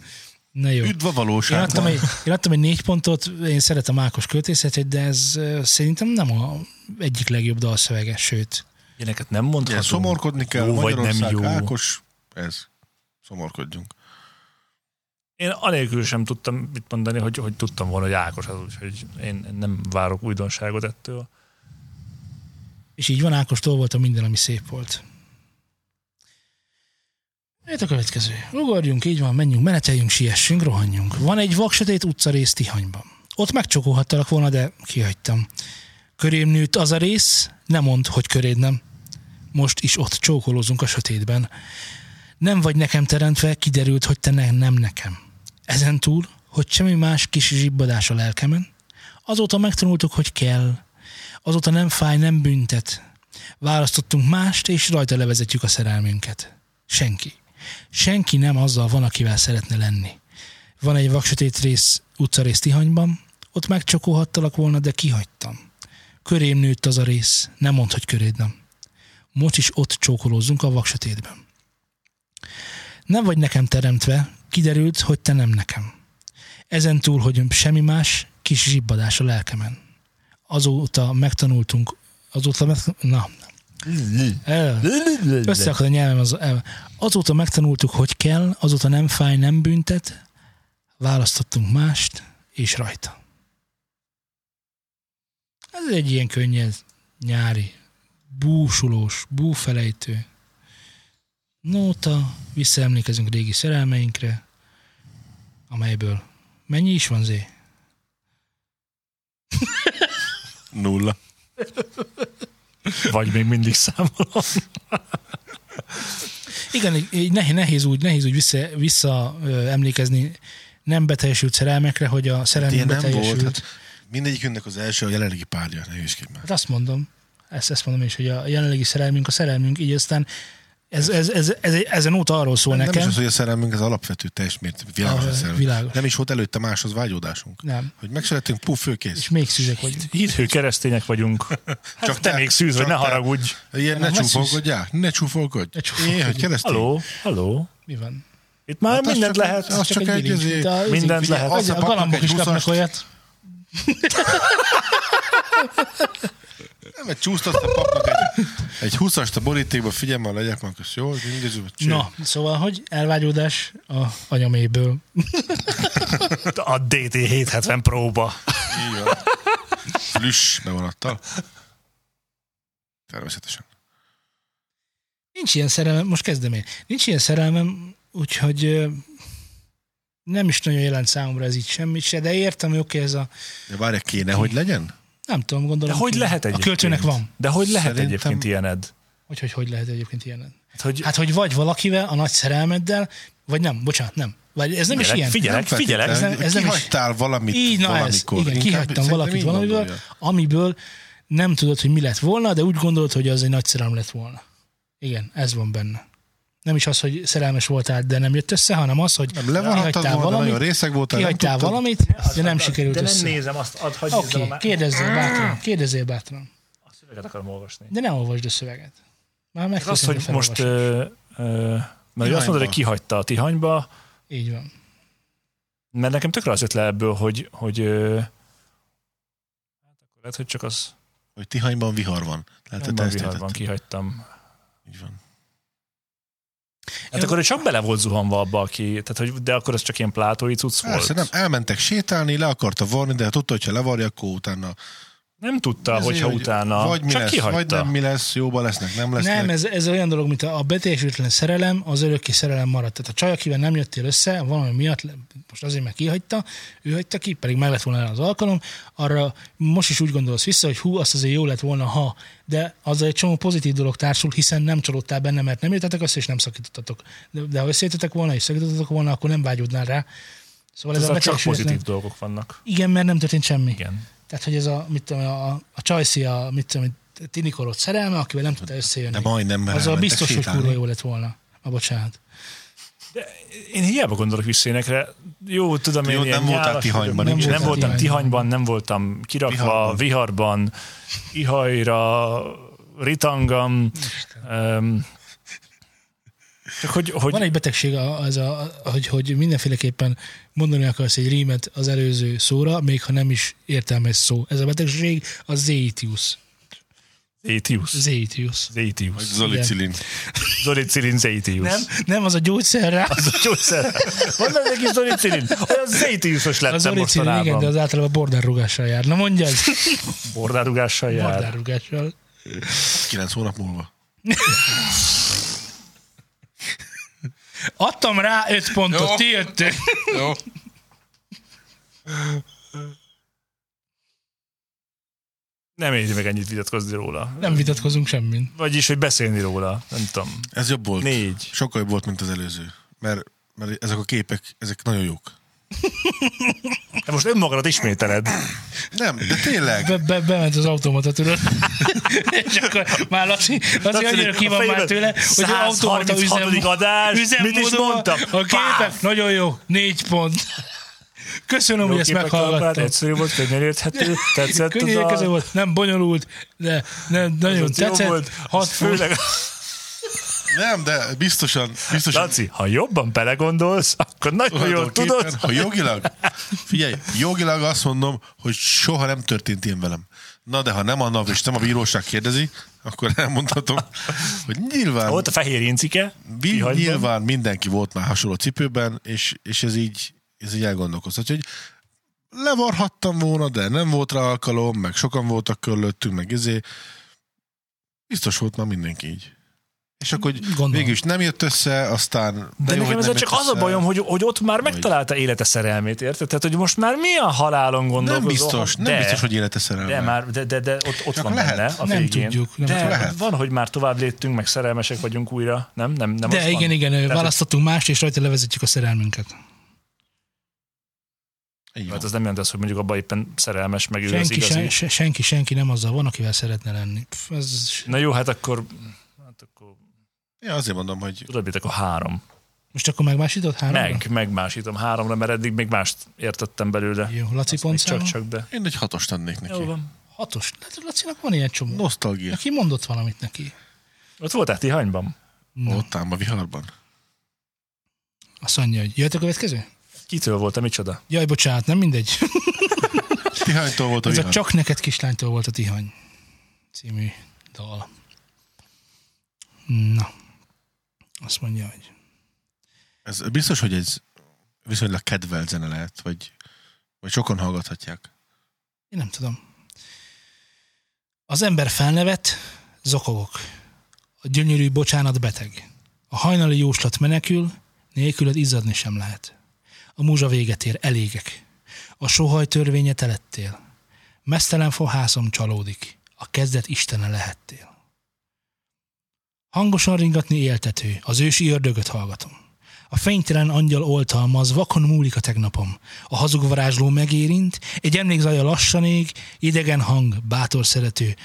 Speaker 2: Na jó.
Speaker 3: Üdv a
Speaker 2: Én
Speaker 3: valóság.
Speaker 2: adtam, egy, én adtam egy négy pontot, én szeretem Ákos költészetét, de ez ö, szerintem nem a egyik legjobb dalszövege, sőt.
Speaker 1: Ilyeneket nem mondhatunk.
Speaker 3: szomorkodni kell,
Speaker 1: Jó vagy
Speaker 3: Magyarország,
Speaker 1: nem jó.
Speaker 3: Ákos, ez. Szomorkodjunk.
Speaker 1: Én anélkül sem tudtam mit mondani, hogy, hogy tudtam volna, hogy Ákos az, úgyhogy én nem várok újdonságot ettől.
Speaker 2: És így van, Ákostól volt a minden, ami szép volt. Itt a következő. Ugorjunk, így van, menjünk, meneteljünk, siessünk, rohanjunk. Van egy vaksötét utcarész Tihanyban. Ott megcsókolhattalak volna, de kihagytam. Körém nőtt az a rész, nem mond, hogy köréd nem. Most is ott csókolózunk a sötétben. Nem vagy nekem teremtve, kiderült, hogy te ne, nem nekem. Ezen túl, hogy semmi más kis zsibbadás a lelkemen, azóta megtanultuk, hogy kell. Azóta nem fáj, nem büntet. Választottunk mást, és rajta levezetjük a szerelmünket. Senki. Senki nem azzal van, akivel szeretne lenni. Van egy vaksötét rész utcarész Tihanyban, ott megcsókolhattalak volna, de kihagytam. Körém nőtt az a rész, nem mondd, hogy köréd nem. Most is ott csókolózzunk a vaksötétben. Nem vagy nekem teremtve, kiderült, hogy te nem nekem. Ezen túl, hogy semmi más, kis zsibbadás a lelkemen. Azóta megtanultunk, azóta meg, na, el, összeakad a nyelvem. Az, el. Azóta megtanultuk, hogy kell, azóta nem fáj, nem büntet, választottunk mást, és rajta. Ez egy ilyen könnyed nyári, búsulós, búfelejtő. Nóta, visszaemlékezünk régi szerelmeinkre, amelyből mennyi is van, Zé?
Speaker 3: Nulla.
Speaker 1: Vagy még mindig számolom.
Speaker 2: Igen, így- így nehéz, nehéz úgy, nehéz úgy vissza, vissza ö, emlékezni nem beteljesült szerelmekre, hogy a szerelmi
Speaker 3: Hát Ilyen nem
Speaker 2: beteljesült.
Speaker 3: volt. Hát mindegyikünknek az első a jelenlegi párja, ne hülyeskedj már.
Speaker 2: Hát azt mondom, ezt, ezt mondom is, hogy a jelenlegi szerelmünk a szerelmünk, így aztán ez, ez, ez, ez, ez ezen óta arról szól
Speaker 3: Nem is
Speaker 2: nekem.
Speaker 3: az, hogy a szerelmünk, ez alapvető teljes mértékű, világos
Speaker 2: Ah,
Speaker 3: a szerelmünk.
Speaker 2: világos.
Speaker 3: Nem is volt előtte máshoz vágyódásunk.
Speaker 2: Nem.
Speaker 3: Hogy megszülettünk, puff, főkész.
Speaker 2: És még szüzek vagyunk.
Speaker 1: Hithű keresztények vagyunk. Hát
Speaker 3: Csak
Speaker 1: csak te,
Speaker 3: te-
Speaker 1: még szűz vagy,
Speaker 3: csak
Speaker 1: ne
Speaker 3: te.
Speaker 1: haragudj.
Speaker 3: Ilyen, ne
Speaker 2: Nem, ne
Speaker 3: csúfolkodjál, ne csúfolkodj.
Speaker 2: Ne csúfolkodj.
Speaker 3: Én, hogy keresztény.
Speaker 1: Halló, halló.
Speaker 2: Mi van?
Speaker 1: Itt már
Speaker 3: Hát
Speaker 1: hát
Speaker 3: az
Speaker 1: mindent
Speaker 3: csak-
Speaker 1: lehet.
Speaker 3: az- csak egy
Speaker 2: bilincs,
Speaker 3: izé-
Speaker 2: mint a-
Speaker 1: Mindent
Speaker 2: izé-
Speaker 1: lehet.
Speaker 2: A
Speaker 3: Azzal
Speaker 2: galambok
Speaker 3: kapnak
Speaker 2: is
Speaker 3: egy
Speaker 2: kapnak
Speaker 3: húszast.
Speaker 2: olyat.
Speaker 3: Nem, mert csúsztat a papnak egy, egy 20-ast a borítékba, figyelj már, legyek már, kösz, jó? Mindező,
Speaker 2: Na, szóval, hogy elvágyódás a anyaméből.
Speaker 1: A DT 770 próba.
Speaker 3: Így van. Flüss, bemaradtál. Természetesen.
Speaker 2: Nincs ilyen szerelmem, most kezdem én. Nincs ilyen szerelmem, úgyhogy ö, nem is nagyon jelent számomra ez így semmit se, de értem, hogy oké, ez a,
Speaker 3: De várj, kéne, hogy legyen?
Speaker 2: nem tudom, gondolom.
Speaker 1: De hogy
Speaker 2: ki-
Speaker 1: lehet
Speaker 2: A
Speaker 1: egyébként?
Speaker 2: költőnek van.
Speaker 1: De hogy lehet
Speaker 3: Szerintem-
Speaker 1: egyébként ilyened?
Speaker 2: Hogy, hogy, hogy lehet egyébként ilyen.
Speaker 1: Hát, hogy
Speaker 2: Hát, hogy vagy valakivel, a nagy szerelmeddel, vagy nem, bocsánat, nem. Vagy ez nem
Speaker 1: figyelek,
Speaker 2: is ilyen.
Speaker 1: figyelek, figyelek.
Speaker 3: Ez
Speaker 1: Ez
Speaker 2: nem-
Speaker 3: nem,
Speaker 2: ez nem is-
Speaker 3: kihagytál valamit
Speaker 2: Így, na
Speaker 3: valamikor.
Speaker 2: ez, igen,
Speaker 3: Inkább
Speaker 2: kihagytam
Speaker 3: szerintem
Speaker 2: valakit
Speaker 3: így
Speaker 2: valamiből,
Speaker 3: gondolja.
Speaker 2: amiből nem tudod, hogy mi lett volna, de úgy gondolod, hogy az egy nagy szerelem lett volna. Igen, ez van benne. Nem is az, hogy szerelmes voltál, de nem jött össze, hanem az, hogy
Speaker 3: Nem, levonhattad
Speaker 2: kihagytál
Speaker 3: volna,
Speaker 2: valamit,
Speaker 3: nagyon részeg voltál, nem
Speaker 2: kihagytál
Speaker 3: tudtad.
Speaker 2: valamit, de nem sikerült
Speaker 1: Hát, de nem Ah.
Speaker 2: össze.
Speaker 1: nézem azt, ad, hagyj
Speaker 2: Oké,
Speaker 1: okay, a
Speaker 2: kérdezzél bátran, kérdezzél bátran.
Speaker 1: szöveget akarom olvasni.
Speaker 2: De ne olvasd a szöveget. Már meg
Speaker 1: Ez az, hogy most... Ö, ö, mert ugye azt
Speaker 3: Tihanyba.
Speaker 1: mondod, hogy kihagyta a tihanyba,
Speaker 2: Így van.
Speaker 1: mert nekem tökre az jött le ebből, hogy, hogy ö, hát akkor lehet, hogy csak az
Speaker 3: Hogy Tihanyban vihar van. Lehet, hogy Hát te
Speaker 1: Ebben a
Speaker 3: ezt
Speaker 1: viharban
Speaker 3: értetted.
Speaker 1: kihagytam.
Speaker 3: Így van.
Speaker 1: Hát akkor ő csak bele volt zuhanva abba, aki, tehát, hogy, de akkor ez csak ilyen plátói cucc volt.
Speaker 3: Persze, nem, elmentek sétálni, le akarta varni, de hát tudta, hogy ha levarja, akkor utána.
Speaker 1: Nem tudta,
Speaker 3: Ezért,
Speaker 1: hogyha
Speaker 3: hogy
Speaker 1: utána,
Speaker 3: vagy mi
Speaker 1: csak
Speaker 3: lesz,
Speaker 1: kihagyta.
Speaker 3: Vagy nem mi lesz, jóba lesznek, nem lesznek.
Speaker 2: Nem, ez, ez olyan dolog, mint a, a beteljesültlen szerelem, az örökké szerelem maradt. Tehát a csaj, akivel nem jöttél össze, valami miatt, le- most azért meg kihagyta, ő hagyta ki, pedig meg lett volna erre az alkalom, arra most is úgy gondolsz vissza, hogy hú, azt azért jó lett volna, ha, de azzal egy csomó pozitív dolog társul, hiszen nem csalódtál benne, mert nem jöttetek össze, és nem szakítottatok. De, de ha összejöttetek volna, és szakítottatok volna, akkor nem vágyódnál rá. Szóval ez,
Speaker 1: Ez
Speaker 2: a
Speaker 1: csak
Speaker 2: beteljesületlen-
Speaker 1: pozitív dolgok vannak.
Speaker 2: Igen, mert nem történt semmi.
Speaker 1: Igen.
Speaker 2: Tehát, hogy ez a, mit tudom, a, a, a Csajci, a, mit tudom, a Tinikorot szerelme, akivel nem tudta összejönni.
Speaker 3: De majdnem, mert
Speaker 2: Az a
Speaker 3: elmentek
Speaker 2: biztos, hogy
Speaker 3: sétálni.
Speaker 2: kurva jó lett volna. A bocsánat.
Speaker 1: Én hiába gondolok vissza énekre. Jó, tudom, én
Speaker 3: Jó,
Speaker 1: ilyen
Speaker 3: nem voltál
Speaker 1: nyálas vagyok.
Speaker 3: Tihanyban,
Speaker 1: nem,
Speaker 2: nincs
Speaker 1: nem
Speaker 2: ez.
Speaker 1: voltam
Speaker 2: Tihanyban.
Speaker 1: Tihanyban, nem voltam kirakva,
Speaker 3: Viharban.
Speaker 1: viharban, viharban ihajra, ritangam. Um, csak hogy, hogy
Speaker 2: Van egy betegség, a- az a, hogy, hogy mindenféleképpen mondani akarsz egy rímet az előző szóra, még ha nem is értelmes szó. Ez a betegség a zéitius.
Speaker 1: Zétius.
Speaker 2: Zéitius.
Speaker 1: Zétius.
Speaker 3: Zoli
Speaker 2: Igen.
Speaker 3: Cilin.
Speaker 1: Zolicilin Zétius.
Speaker 2: Nem, nem az a gyógyszer rá.
Speaker 1: az a gyógyszer. Van benne egy kis zolicilin. Olyan zétiusos lettem
Speaker 2: Az oricilin,
Speaker 1: mostanában.
Speaker 2: igen, de
Speaker 1: Igen,
Speaker 2: az általában bordárrugással jár. Na mondjad,
Speaker 1: Bordárugással jár.
Speaker 2: bordárrugással.
Speaker 3: 9 hónap múlva.
Speaker 2: Adtam rá öt pontot,
Speaker 3: Jó.
Speaker 2: ti jöttök.
Speaker 3: *laughs* Jó.
Speaker 1: Nem érti meg ennyit vitatkozni róla.
Speaker 2: Nem vitatkozunk semmin.
Speaker 1: Vagyis, hogy beszélni róla. Nem tudom.
Speaker 3: Ez jobb volt.
Speaker 1: Négy.
Speaker 3: Sokkal jobb volt, mint az előző. Mert, mert ezek a képek, ezek nagyon jók.
Speaker 1: De most önmagadat ismételed.
Speaker 3: Nem, de tényleg.
Speaker 2: Be, be, bement az automata, tudod? *laughs* És akkor már Laci, Laci annyira ki van már tőle, hogy az automata
Speaker 1: 136.
Speaker 2: üzem,
Speaker 1: adás, mit is
Speaker 2: üzemmódban
Speaker 1: mondtam?
Speaker 2: A képek nagyon jó, négy pont. Köszönöm, hogy ezt meghallgattam.
Speaker 1: Egyszerű volt, könnyen érthető, tetszett
Speaker 2: *laughs* Könnyű érkező volt, nem bonyolult, de nem, nagyon tetszett.
Speaker 1: Volt,
Speaker 2: hat főleg.
Speaker 1: főleg,
Speaker 3: Nem, de biztosan, biztosan
Speaker 1: Laci, ha jobban belegondolsz, akkor nagyon
Speaker 3: Tudod,
Speaker 1: jól
Speaker 3: képen,
Speaker 1: tudod,
Speaker 3: Ha jogilag, Figyelj, jogilag azt mondom, hogy soha nem történt ilyen velem. Na de ha nem a NAV és nem a bíróság kérdezi, akkor elmondhatom, hogy nyilván,
Speaker 1: Volt a fehér incike,
Speaker 3: mi,
Speaker 1: pihagyban.
Speaker 3: nyilván mindenki volt már hasonló cipőben, és, és ez így, ez így elgondolkoztat, hogy levarhattam volna, de nem volt rá alkalom, meg sokan voltak körülöttünk, meg izé. Biztos volt már mindenki így. És akkor hogy
Speaker 2: Gondolom.
Speaker 3: végül is nem jött össze, aztán...
Speaker 1: De
Speaker 3: jó,
Speaker 1: nekem
Speaker 3: hogy
Speaker 1: ezzel
Speaker 3: nem
Speaker 1: csak
Speaker 3: jött
Speaker 1: az a
Speaker 3: össze.
Speaker 1: bajom, hogy, hogy ott már megtalálta élete szerelmét, érted? Tehát, hogy most már mi a halálon gondolkozol?
Speaker 3: Nem biztos, nem
Speaker 1: de,
Speaker 3: biztos, hogy élete szerelme.
Speaker 1: De már, de, de, de ott, ott
Speaker 3: Csak
Speaker 1: van
Speaker 3: lehet.
Speaker 1: benne a
Speaker 2: Nem
Speaker 1: végén.
Speaker 2: tudjuk, nem
Speaker 1: de
Speaker 2: tudjuk.
Speaker 3: Lehet.
Speaker 1: van, hogy már tovább léptünk, meg szerelmesek vagyunk újra, nem? nem, nem az
Speaker 2: De
Speaker 1: van?
Speaker 2: igen, igen, ő,
Speaker 1: Tehát,
Speaker 2: választottunk mást, és rajta levezetjük a szerelmünket.
Speaker 3: Így van.
Speaker 1: Hát ez nem jelenti azt, hogy mondjuk abban éppen szerelmes, meg ő az
Speaker 2: Senki,
Speaker 1: igazi.
Speaker 2: sen, se- senki, senki nem azzal van, akivel szeretne lenni. Pff, ez
Speaker 1: Na jó, hát akkor, hát akkor
Speaker 3: Ja, azért mondom, hogy
Speaker 1: tudod mit, akkor három.
Speaker 2: most akkor megmásított három?
Speaker 1: Meg, megmásítom háromra, mert eddig még mást értettem belőle.
Speaker 2: Jó, Laci
Speaker 1: Még Csak,
Speaker 2: pontszáma?
Speaker 1: csak, de.
Speaker 3: én egy hatost adnék
Speaker 1: Jó
Speaker 3: neki.
Speaker 1: van.
Speaker 2: Hatos. Hát Lacinak van ilyen csomó. No.
Speaker 3: Nosztalgia.
Speaker 2: Aki mondott valamit neki.
Speaker 1: Ott voltál Tihanyban?
Speaker 2: Na,
Speaker 3: Ott ám a viharban.
Speaker 2: azt mondja, hogy jöhet a következő?
Speaker 1: Kitől voltam, micsoda?
Speaker 2: Jaj, bocsánat, nem mindegy.
Speaker 3: Tihánytól volt a
Speaker 2: Ez a
Speaker 3: vihar. Csak...
Speaker 2: Csak neked kislánytól volt a Tihany című dal. Na, azt mondja, hogy
Speaker 3: Ez biztos, hogy ez viszonylag kedvelt zene lehet, vagy, vagy sokan hallgathatják.
Speaker 2: Én nem tudom. Az ember felnevet, zokogok. A gyönyörű bocsánat beteg. A hajnali jóslat menekül, nélküled izzadni sem lehet. A múzsa véget ér, elégek. A sohaj törvénye telettél. Mesztelen fohászom csalódik. A kezdet istene lehettél. Hangosan ringatni éltető, az ősi ördögöt hallgatom. A fénytelen angyal oltalmaz, vakon múlik a tegnapom. A hazug varázsló megérint, egy emlékzaja lassan ég, idegen hang, bátor szerető.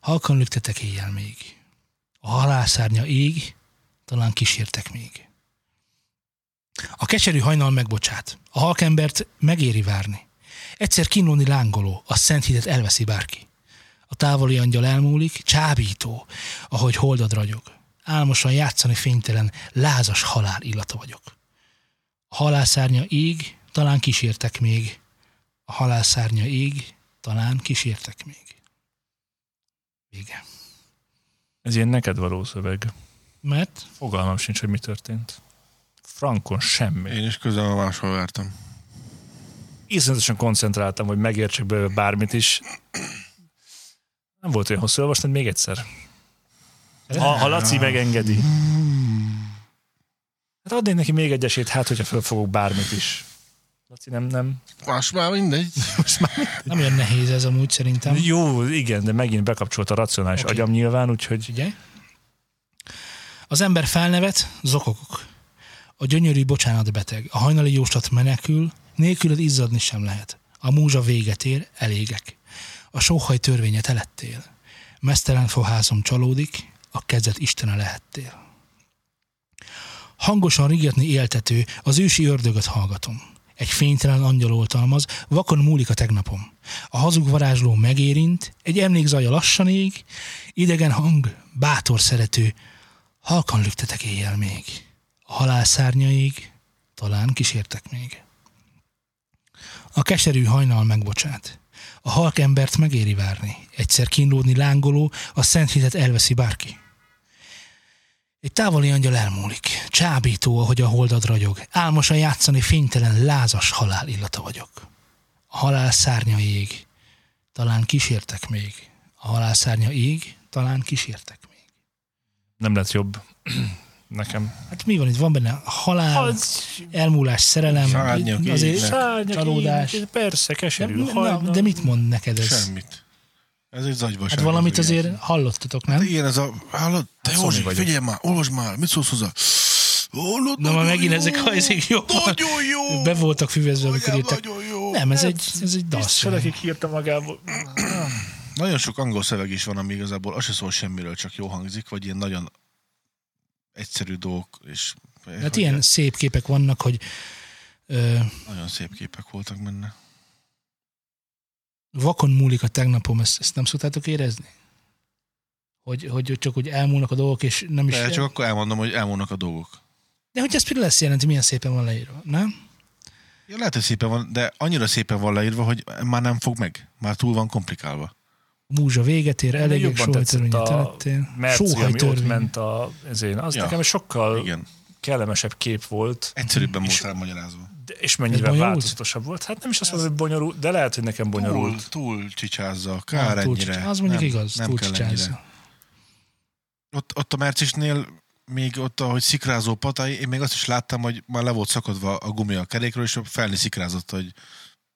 Speaker 2: Halkan lüktetek éjjel még. A halálszárnya ég, talán kísértek még. A keserű hajnal megbocsát, a halkembert megéri várni. Egyszer kínlóni lángoló, a szent hitet elveszi bárki. A távoli angyal elmúlik, csábító, ahogy holdad ragyog. Álmosan játszani fénytelen, lázas halál illata vagyok. A halálszárnya ég, talán kísértek még. A halálszárnya ég, talán kísértek még. Vége.
Speaker 1: Ez ilyen neked való szöveg.
Speaker 2: Mert
Speaker 1: Fogalmam sincs, hogy mi történt. Frankon semmi.
Speaker 3: Én is közel máshol vártam.
Speaker 1: Iszonyatosan koncentráltam, hogy megértsek belőle bármit is. Nem volt olyan hosszú olvasni, még egyszer. Ha, ha Laci megengedi. Hát adnék neki még egy esélyt, hát hogyha fölfogok bármit is. Laci, nem, nem.
Speaker 3: Más
Speaker 2: *laughs*
Speaker 3: már mindegy.
Speaker 2: nem olyan nehéz ez amúgy szerintem.
Speaker 1: Jó, igen, de megint bekapcsolt a racionális
Speaker 2: Oké.
Speaker 1: okay. agyam nyilván, úgyhogy
Speaker 2: Figyelj. Az ember felnevet, zokogok. A gyönyörű bocsánat beteg, a hajnali jóslat menekül, nélküled izzadni sem lehet. A múzsa véget ér, elégek. A sóhaj törvénye telettél. Mesztelen fohászom csalódik, a kezed istene lehettél. Hangosan rigetni éltető, az ősi ördögöt hallgatom. Egy fénytelen angyal oltalmaz, vakon múlik a tegnapom. A hazug varázsló megérint, egy emlékzaja lassan ég, idegen hang, bátor szerető, halkan lüktetek éjjel még. A halál szárnyaig talán kísértek még. A keserű hajnal megbocsát. A halk embert megéri várni. Egyszer kínlódni lángoló, a szent hitet elveszi bárki. Egy távoli angyal elmúlik, csábító, ahogy a holdad ragyog, álmosan játszani fénytelen, lázas halál illata vagyok. A halál szárnya ég, talán kísértek még. A halál szárnya ég, talán kísértek még.
Speaker 1: nem lett jobb *clears throat* nekem.
Speaker 2: Hát mi van itt? Van benne halál,
Speaker 1: Az-
Speaker 2: elmúlás, szerelem,
Speaker 3: Szárnyak
Speaker 2: itt azért,
Speaker 3: égnek.
Speaker 1: Szárnyak,
Speaker 2: Csalódás.
Speaker 1: így, Persze,
Speaker 2: de,
Speaker 1: keserű.
Speaker 2: na,
Speaker 1: hajnal.
Speaker 2: de mit mond neked ez?
Speaker 3: Semmit. Ez egy zagybaság.
Speaker 2: Hát valamit azért Hát hallottatok, nem?
Speaker 3: Hát Igen, ez a... Hallod? Te
Speaker 1: Szómi
Speaker 3: Józsi,
Speaker 1: vagyok.
Speaker 3: figyelj már, olvasd már, mit szólsz hozzá? Hallod?
Speaker 2: Na, már
Speaker 3: Nagyon
Speaker 2: megint
Speaker 3: jó.
Speaker 2: ezek a ezek jó.
Speaker 3: Nagyon jó!
Speaker 2: Be voltak füvezve, amikor
Speaker 3: Nagyon,
Speaker 2: írtak.
Speaker 3: Nagyon jó!
Speaker 2: Nem, ez egy, ez egy
Speaker 1: Hát, Biztos
Speaker 2: dalszöveg.
Speaker 1: valaki kiírta magából.
Speaker 3: Nagyon sok angol szöveg is van, ami igazából az se szól semmiről, csak jó hangzik, vagy ilyen nagyon egyszerű dolgok, és
Speaker 2: Hát ilyen szép képek vannak, hogy ö,
Speaker 3: nagyon szép képek voltak benne.
Speaker 2: vakon múlik a tegnapom, ezt, ezt nem szoktátok érezni? Hogy, hogy csak úgy elmúlnak a dolgok, és nem is...
Speaker 3: De csak akkor elmondom, hogy elmondnak a dolgok.
Speaker 2: De hogy ez például lesz jelenti, milyen szépen van leírva, nem?
Speaker 3: Ja, lehet, hogy szépen van, de annyira szépen van leírva, hogy már nem fog meg. Már túl van komplikálva.
Speaker 2: A múzsa véget ér, elég
Speaker 1: Jobban
Speaker 2: és sóhajtörvénye
Speaker 1: tetszett a
Speaker 2: tettél.
Speaker 1: Merci, ami ott
Speaker 2: Sóhajtörvény.
Speaker 1: ment a, ezért, az
Speaker 3: Ja.
Speaker 1: ja. nekem egy sokkal
Speaker 3: Igen.
Speaker 1: kellemesebb kép volt,
Speaker 3: Egyszerűbben most elmagyarázva.
Speaker 1: de- és mennyivel
Speaker 2: bonyolult?
Speaker 1: változatosabb volt. Hát nem is azt mondom, hogy bonyolult, de lehet, hogy nekem
Speaker 3: Túl,
Speaker 1: bonyolult.
Speaker 3: túl csicsázza, kár
Speaker 2: Ah, túl
Speaker 3: ennyire.
Speaker 2: csicsá- Az mondjuk
Speaker 3: nem,
Speaker 2: igaz,
Speaker 3: nem
Speaker 2: túl hát
Speaker 3: kell
Speaker 2: csicsázza.
Speaker 3: ennyire. Ott, ott a Mercisnél még ott, ahogy szikrázó patai, én még azt is láttam, hogy már le volt szakadva a gumi a kerékről, és felni szikrázott, hogy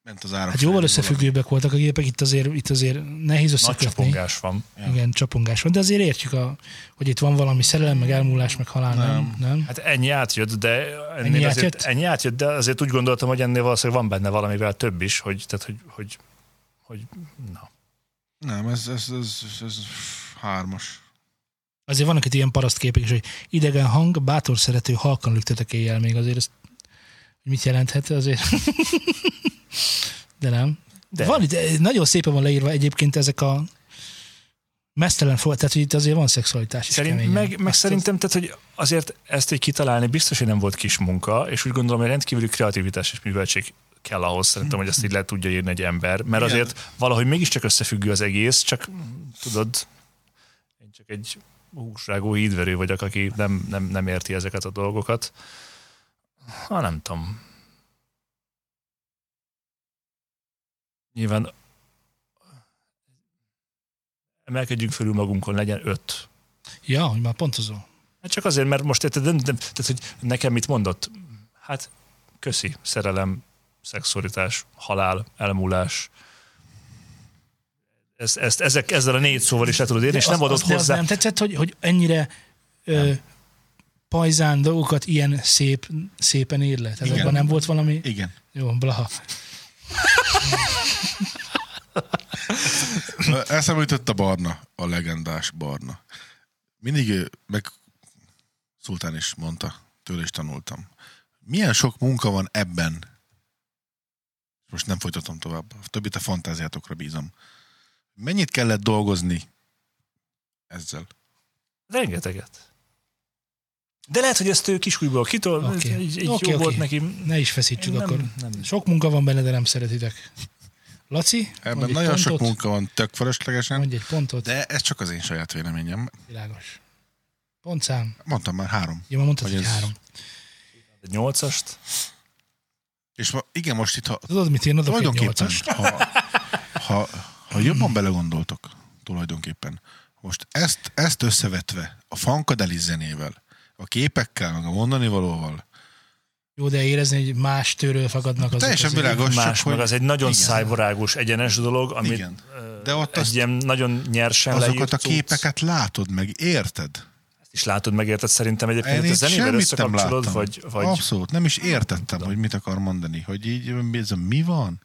Speaker 3: ment az ára.
Speaker 2: Hát jóval összefüggőbbek voltak a gépek, itt azért, itt azért nehéz
Speaker 1: Nagy
Speaker 2: összekötni.
Speaker 1: csapongás van.
Speaker 2: Igen, csapongás van, de azért értjük, a, hogy itt van valami szerelem, meg elmúlás, meg halál, nem?
Speaker 3: Nem.
Speaker 2: nem?
Speaker 1: Hát ennyi átjött, de ennél
Speaker 2: Ennyi
Speaker 1: ennyi, azért,
Speaker 2: átjött?
Speaker 1: átjött? ennyi átjött, de azért úgy gondoltam, hogy ennél valószínűleg van benne valamivel több is, hogy, tehát, hogy, hogy, hogy na.
Speaker 3: Nem, ez, ez, ez, ez, ez hármas.
Speaker 2: Azért vannak itt ilyen parasztképek is, hogy idegen hang, bátor szerető, halkan lüktetek éjjel még azért ezt, hogy mit jelenthet azért. de nem. De.
Speaker 1: De.
Speaker 2: Van itt, eh, nagyon szépen van leírva egyébként ezek a mesztelen fog, tehát hogy itt azért van szexualitás is
Speaker 1: Szerint,
Speaker 2: keményen.
Speaker 1: meg, meg
Speaker 2: Azt-
Speaker 1: szerintem, tehát, hogy azért ezt egy kitalálni biztos, hogy nem volt kis munka, és úgy gondolom, hogy rendkívüli kreativitás és műveltség kell ahhoz, szerintem, hogy ezt így le tudja írni egy ember, mert
Speaker 3: Igen.
Speaker 1: azért valahogy mégiscsak összefüggő az egész, csak mm, tudod, én csak egy húsrágó hídverő vagyok, aki nem, nem, nem érti ezeket a dolgokat. Ha nem tudom. Nyilván emelkedjünk fölül magunkon, legyen öt.
Speaker 2: Ja, hogy már pontozó.
Speaker 1: Hát Csak azért, mert most érted, nem, nem, tehát, hogy nekem mit mondott? Hát, köszi, szerelem, szexualitás, halál, elmúlás. Ezt, ezt, ezek, ezzel a négy szóval is le tudod érni, és nem
Speaker 2: az-
Speaker 1: adott
Speaker 2: az, de az
Speaker 1: hozzá.
Speaker 2: nem tetszett, hogy, hogy ennyire ö, pajzán dolgokat ilyen szép, szépen ír le. Tehát
Speaker 3: Igen.
Speaker 2: abban nem volt valami...
Speaker 3: Igen.
Speaker 2: Jó, blaha.
Speaker 3: Ö, Eszembe jutott a barna, a legendás barna. Mindig, ö, meg Szultán is mondta, tőle is tanultam. Milyen sok munka van ebben? Most nem folytatom tovább. A többit a fantáziátokra bízom. Mennyit kellett dolgozni ezzel?
Speaker 1: Rengeteget. De lehet, hogy ezt ő kisújból kitol,
Speaker 2: Oké.
Speaker 1: okay. így, így okay,
Speaker 2: Oké,
Speaker 1: jó
Speaker 2: oké.
Speaker 1: okay. volt neki. Én
Speaker 2: Ne is feszítsük
Speaker 1: Nem,
Speaker 2: akkor.
Speaker 1: nem.
Speaker 2: Sok munka van benne, de nem szeretitek. Laci,
Speaker 3: Ebben
Speaker 2: mondj egy
Speaker 3: nagyon
Speaker 2: pontot,
Speaker 3: sok munka van, tök fölöslegesen,
Speaker 2: Mondj egy pontot, de...
Speaker 3: de ez csak az én saját véleményem.
Speaker 2: világos. Pontszám.
Speaker 3: Mondtam már három.
Speaker 2: Jó, már mondtad,
Speaker 3: Hogy
Speaker 2: hogy
Speaker 3: ez-
Speaker 2: három.
Speaker 1: Egy nyolcast.
Speaker 3: És ma, igen, most itt, ha
Speaker 2: Tudod, mit én adok egy
Speaker 3: Tulajdonképpen,
Speaker 2: nyolcas?
Speaker 3: ha, ha, ha jobban belegondoltok, tulajdonképpen, most ezt, ezt összevetve a fankadeli zenével, a képekkel, meg a mondani valóval,
Speaker 2: Jó, de érezni, hogy más tőről fakadnak azok.
Speaker 3: Teljesen
Speaker 2: azért.
Speaker 3: világos. Az
Speaker 1: Más,
Speaker 3: csak,
Speaker 1: meg
Speaker 3: hogy-
Speaker 1: az egy nagyon
Speaker 3: igen.
Speaker 1: szájborágos, egyenes dolog, amit
Speaker 3: Igen.
Speaker 1: ö,
Speaker 3: De ott azt-
Speaker 1: egy ilyen nagyon nyersen
Speaker 3: azokat
Speaker 1: leírt
Speaker 3: a
Speaker 1: cucc.
Speaker 3: képeket látod meg, érted?
Speaker 1: És látod, megérted szerintem egyébként,
Speaker 3: Én
Speaker 1: hogy hát a
Speaker 3: itt
Speaker 1: zenével
Speaker 3: semmit nem láttam.
Speaker 1: összekapcsolod, vagy, vagy
Speaker 3: Abszolút, nem is értettem, hogy mit akar mondani, hogy így ez a mi van?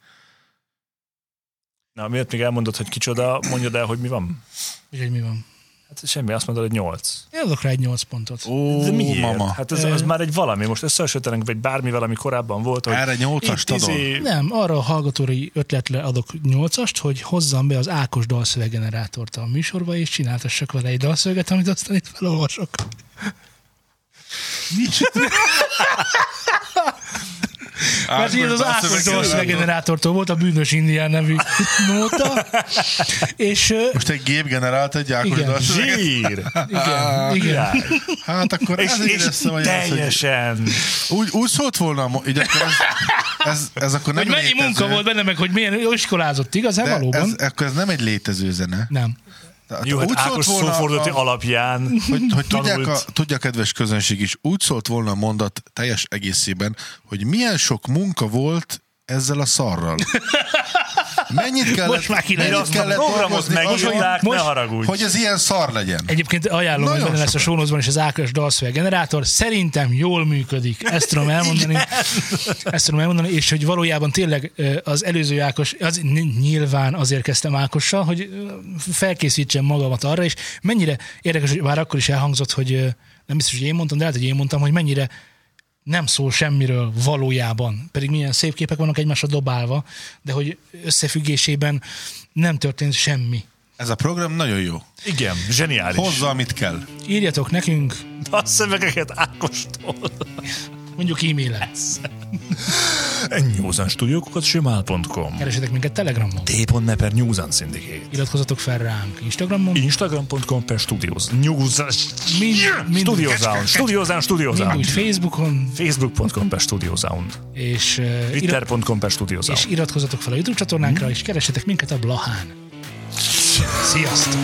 Speaker 1: Na, miért még elmondod, hogy kicsoda, mondjad el, hogy mi van?
Speaker 2: Úgyhogy mi van?
Speaker 1: Hát semmi, azt mondod, hogy nyolc.
Speaker 2: Én adok rá egy nyolc pontot.
Speaker 3: Ó,
Speaker 1: De miért?
Speaker 3: mama,
Speaker 1: Hát ez, az
Speaker 2: Ö.
Speaker 1: már egy valami, most összehasonlítanánk, vagy bármivel, ami korábban volt, hogy
Speaker 3: erre nyolcast
Speaker 1: itt
Speaker 3: adol.
Speaker 1: izé,
Speaker 2: Nem, arra a hallgatói ötletre adok nyolcast, hogy hozzam be az Ákos dalszöveggenerátort a műsorba, és csináltassak vele egy dalszöveget, amit aztán itt felolvasok. Mert Hát így az Ákos dalszöveggenerátortól volt a bűnös indián nevű *laughs* nóta, és ö,
Speaker 3: Most egy gép generált egy Ákos
Speaker 2: Igen.
Speaker 3: dalszöveget?
Speaker 1: zsír!
Speaker 2: igen, igen.
Speaker 1: Király.
Speaker 3: Hát akkor
Speaker 1: És,
Speaker 3: ez
Speaker 1: és teljesen.
Speaker 3: Úgy, úgy szólt volna, a mo- így akkor ez, ez, ez akkor nem
Speaker 2: Hogy mennyi
Speaker 3: létező,
Speaker 2: munka volt benne, meg hogy milyen ő iskolázott, igaz? Hát
Speaker 3: de
Speaker 2: valóban.
Speaker 3: ez, akkor ez nem egy létező zene.
Speaker 2: Nem.
Speaker 3: Tehát
Speaker 1: Jó, hát
Speaker 3: úgy szólt
Speaker 1: Ákos
Speaker 3: volna
Speaker 1: szófordulati
Speaker 3: a-
Speaker 1: alapján.
Speaker 3: hogy, hogy tudják, a,
Speaker 1: tanult.
Speaker 3: tudja a kedves közönség is, úgy szólt volna a mondat teljes egészében, hogy milyen sok munka volt ezzel a
Speaker 2: *laughs*
Speaker 3: szarral. Mennyit kellett,
Speaker 2: Most már kiderült.
Speaker 3: mennyit
Speaker 1: Azt a programot
Speaker 3: dolgozni azon,
Speaker 1: megírták, ne
Speaker 2: most-
Speaker 1: haragudj.
Speaker 3: hogy ez ilyen szar legyen.
Speaker 2: Egyébként ajánlom,
Speaker 3: Nagyon
Speaker 2: hogy benne lesz a
Speaker 3: sokat.
Speaker 2: sónozban is az Ákos dalszöveg generátor. Szerintem jól működik, ezt tudom elmondani. ezt tudom elmondani, és hogy valójában tényleg ö, az előző Ákos, az ny- nyilván azért kezdtem Ákossal, hogy ö, felkészítsem magamat arra, és mennyire érdekes, hogy már akkor is elhangzott, hogy ö, nem biztos, hogy én mondtam, de lehet, hogy én mondtam, hogy mennyire nem szól semmiről valójában, pedig milyen szép képek vannak egymásra dobálva, de hogy összefüggésében nem történt semmi.
Speaker 3: Ez a program nagyon jó.
Speaker 1: Igen, zseniális.
Speaker 3: Hozza, amit kell.
Speaker 2: Írjatok nekünk,
Speaker 1: A szövegeket Ákostól.
Speaker 2: mondjuk e-mailen.
Speaker 1: Ennyi Newsan stúdiókokat simál.com
Speaker 2: Keresetek minket Telegramon.
Speaker 1: T.me per Newsan Syndicate
Speaker 2: Iratkozzatok fel ránk Instagramon.
Speaker 1: Instagram.com per Studios Newsan
Speaker 2: Mind, mind,
Speaker 1: Studio Sound Studio Sound Studio
Speaker 2: mind úgy
Speaker 1: Sound
Speaker 2: Facebookon,
Speaker 1: Facebook.com per Studio Sound
Speaker 2: és, uh, irat,
Speaker 1: Twitter.com per Studio
Speaker 2: és
Speaker 1: Sound
Speaker 2: iratkozzatok fel a YouTube csatornánkra, és keresetek minket a Blahán. Sziasztok!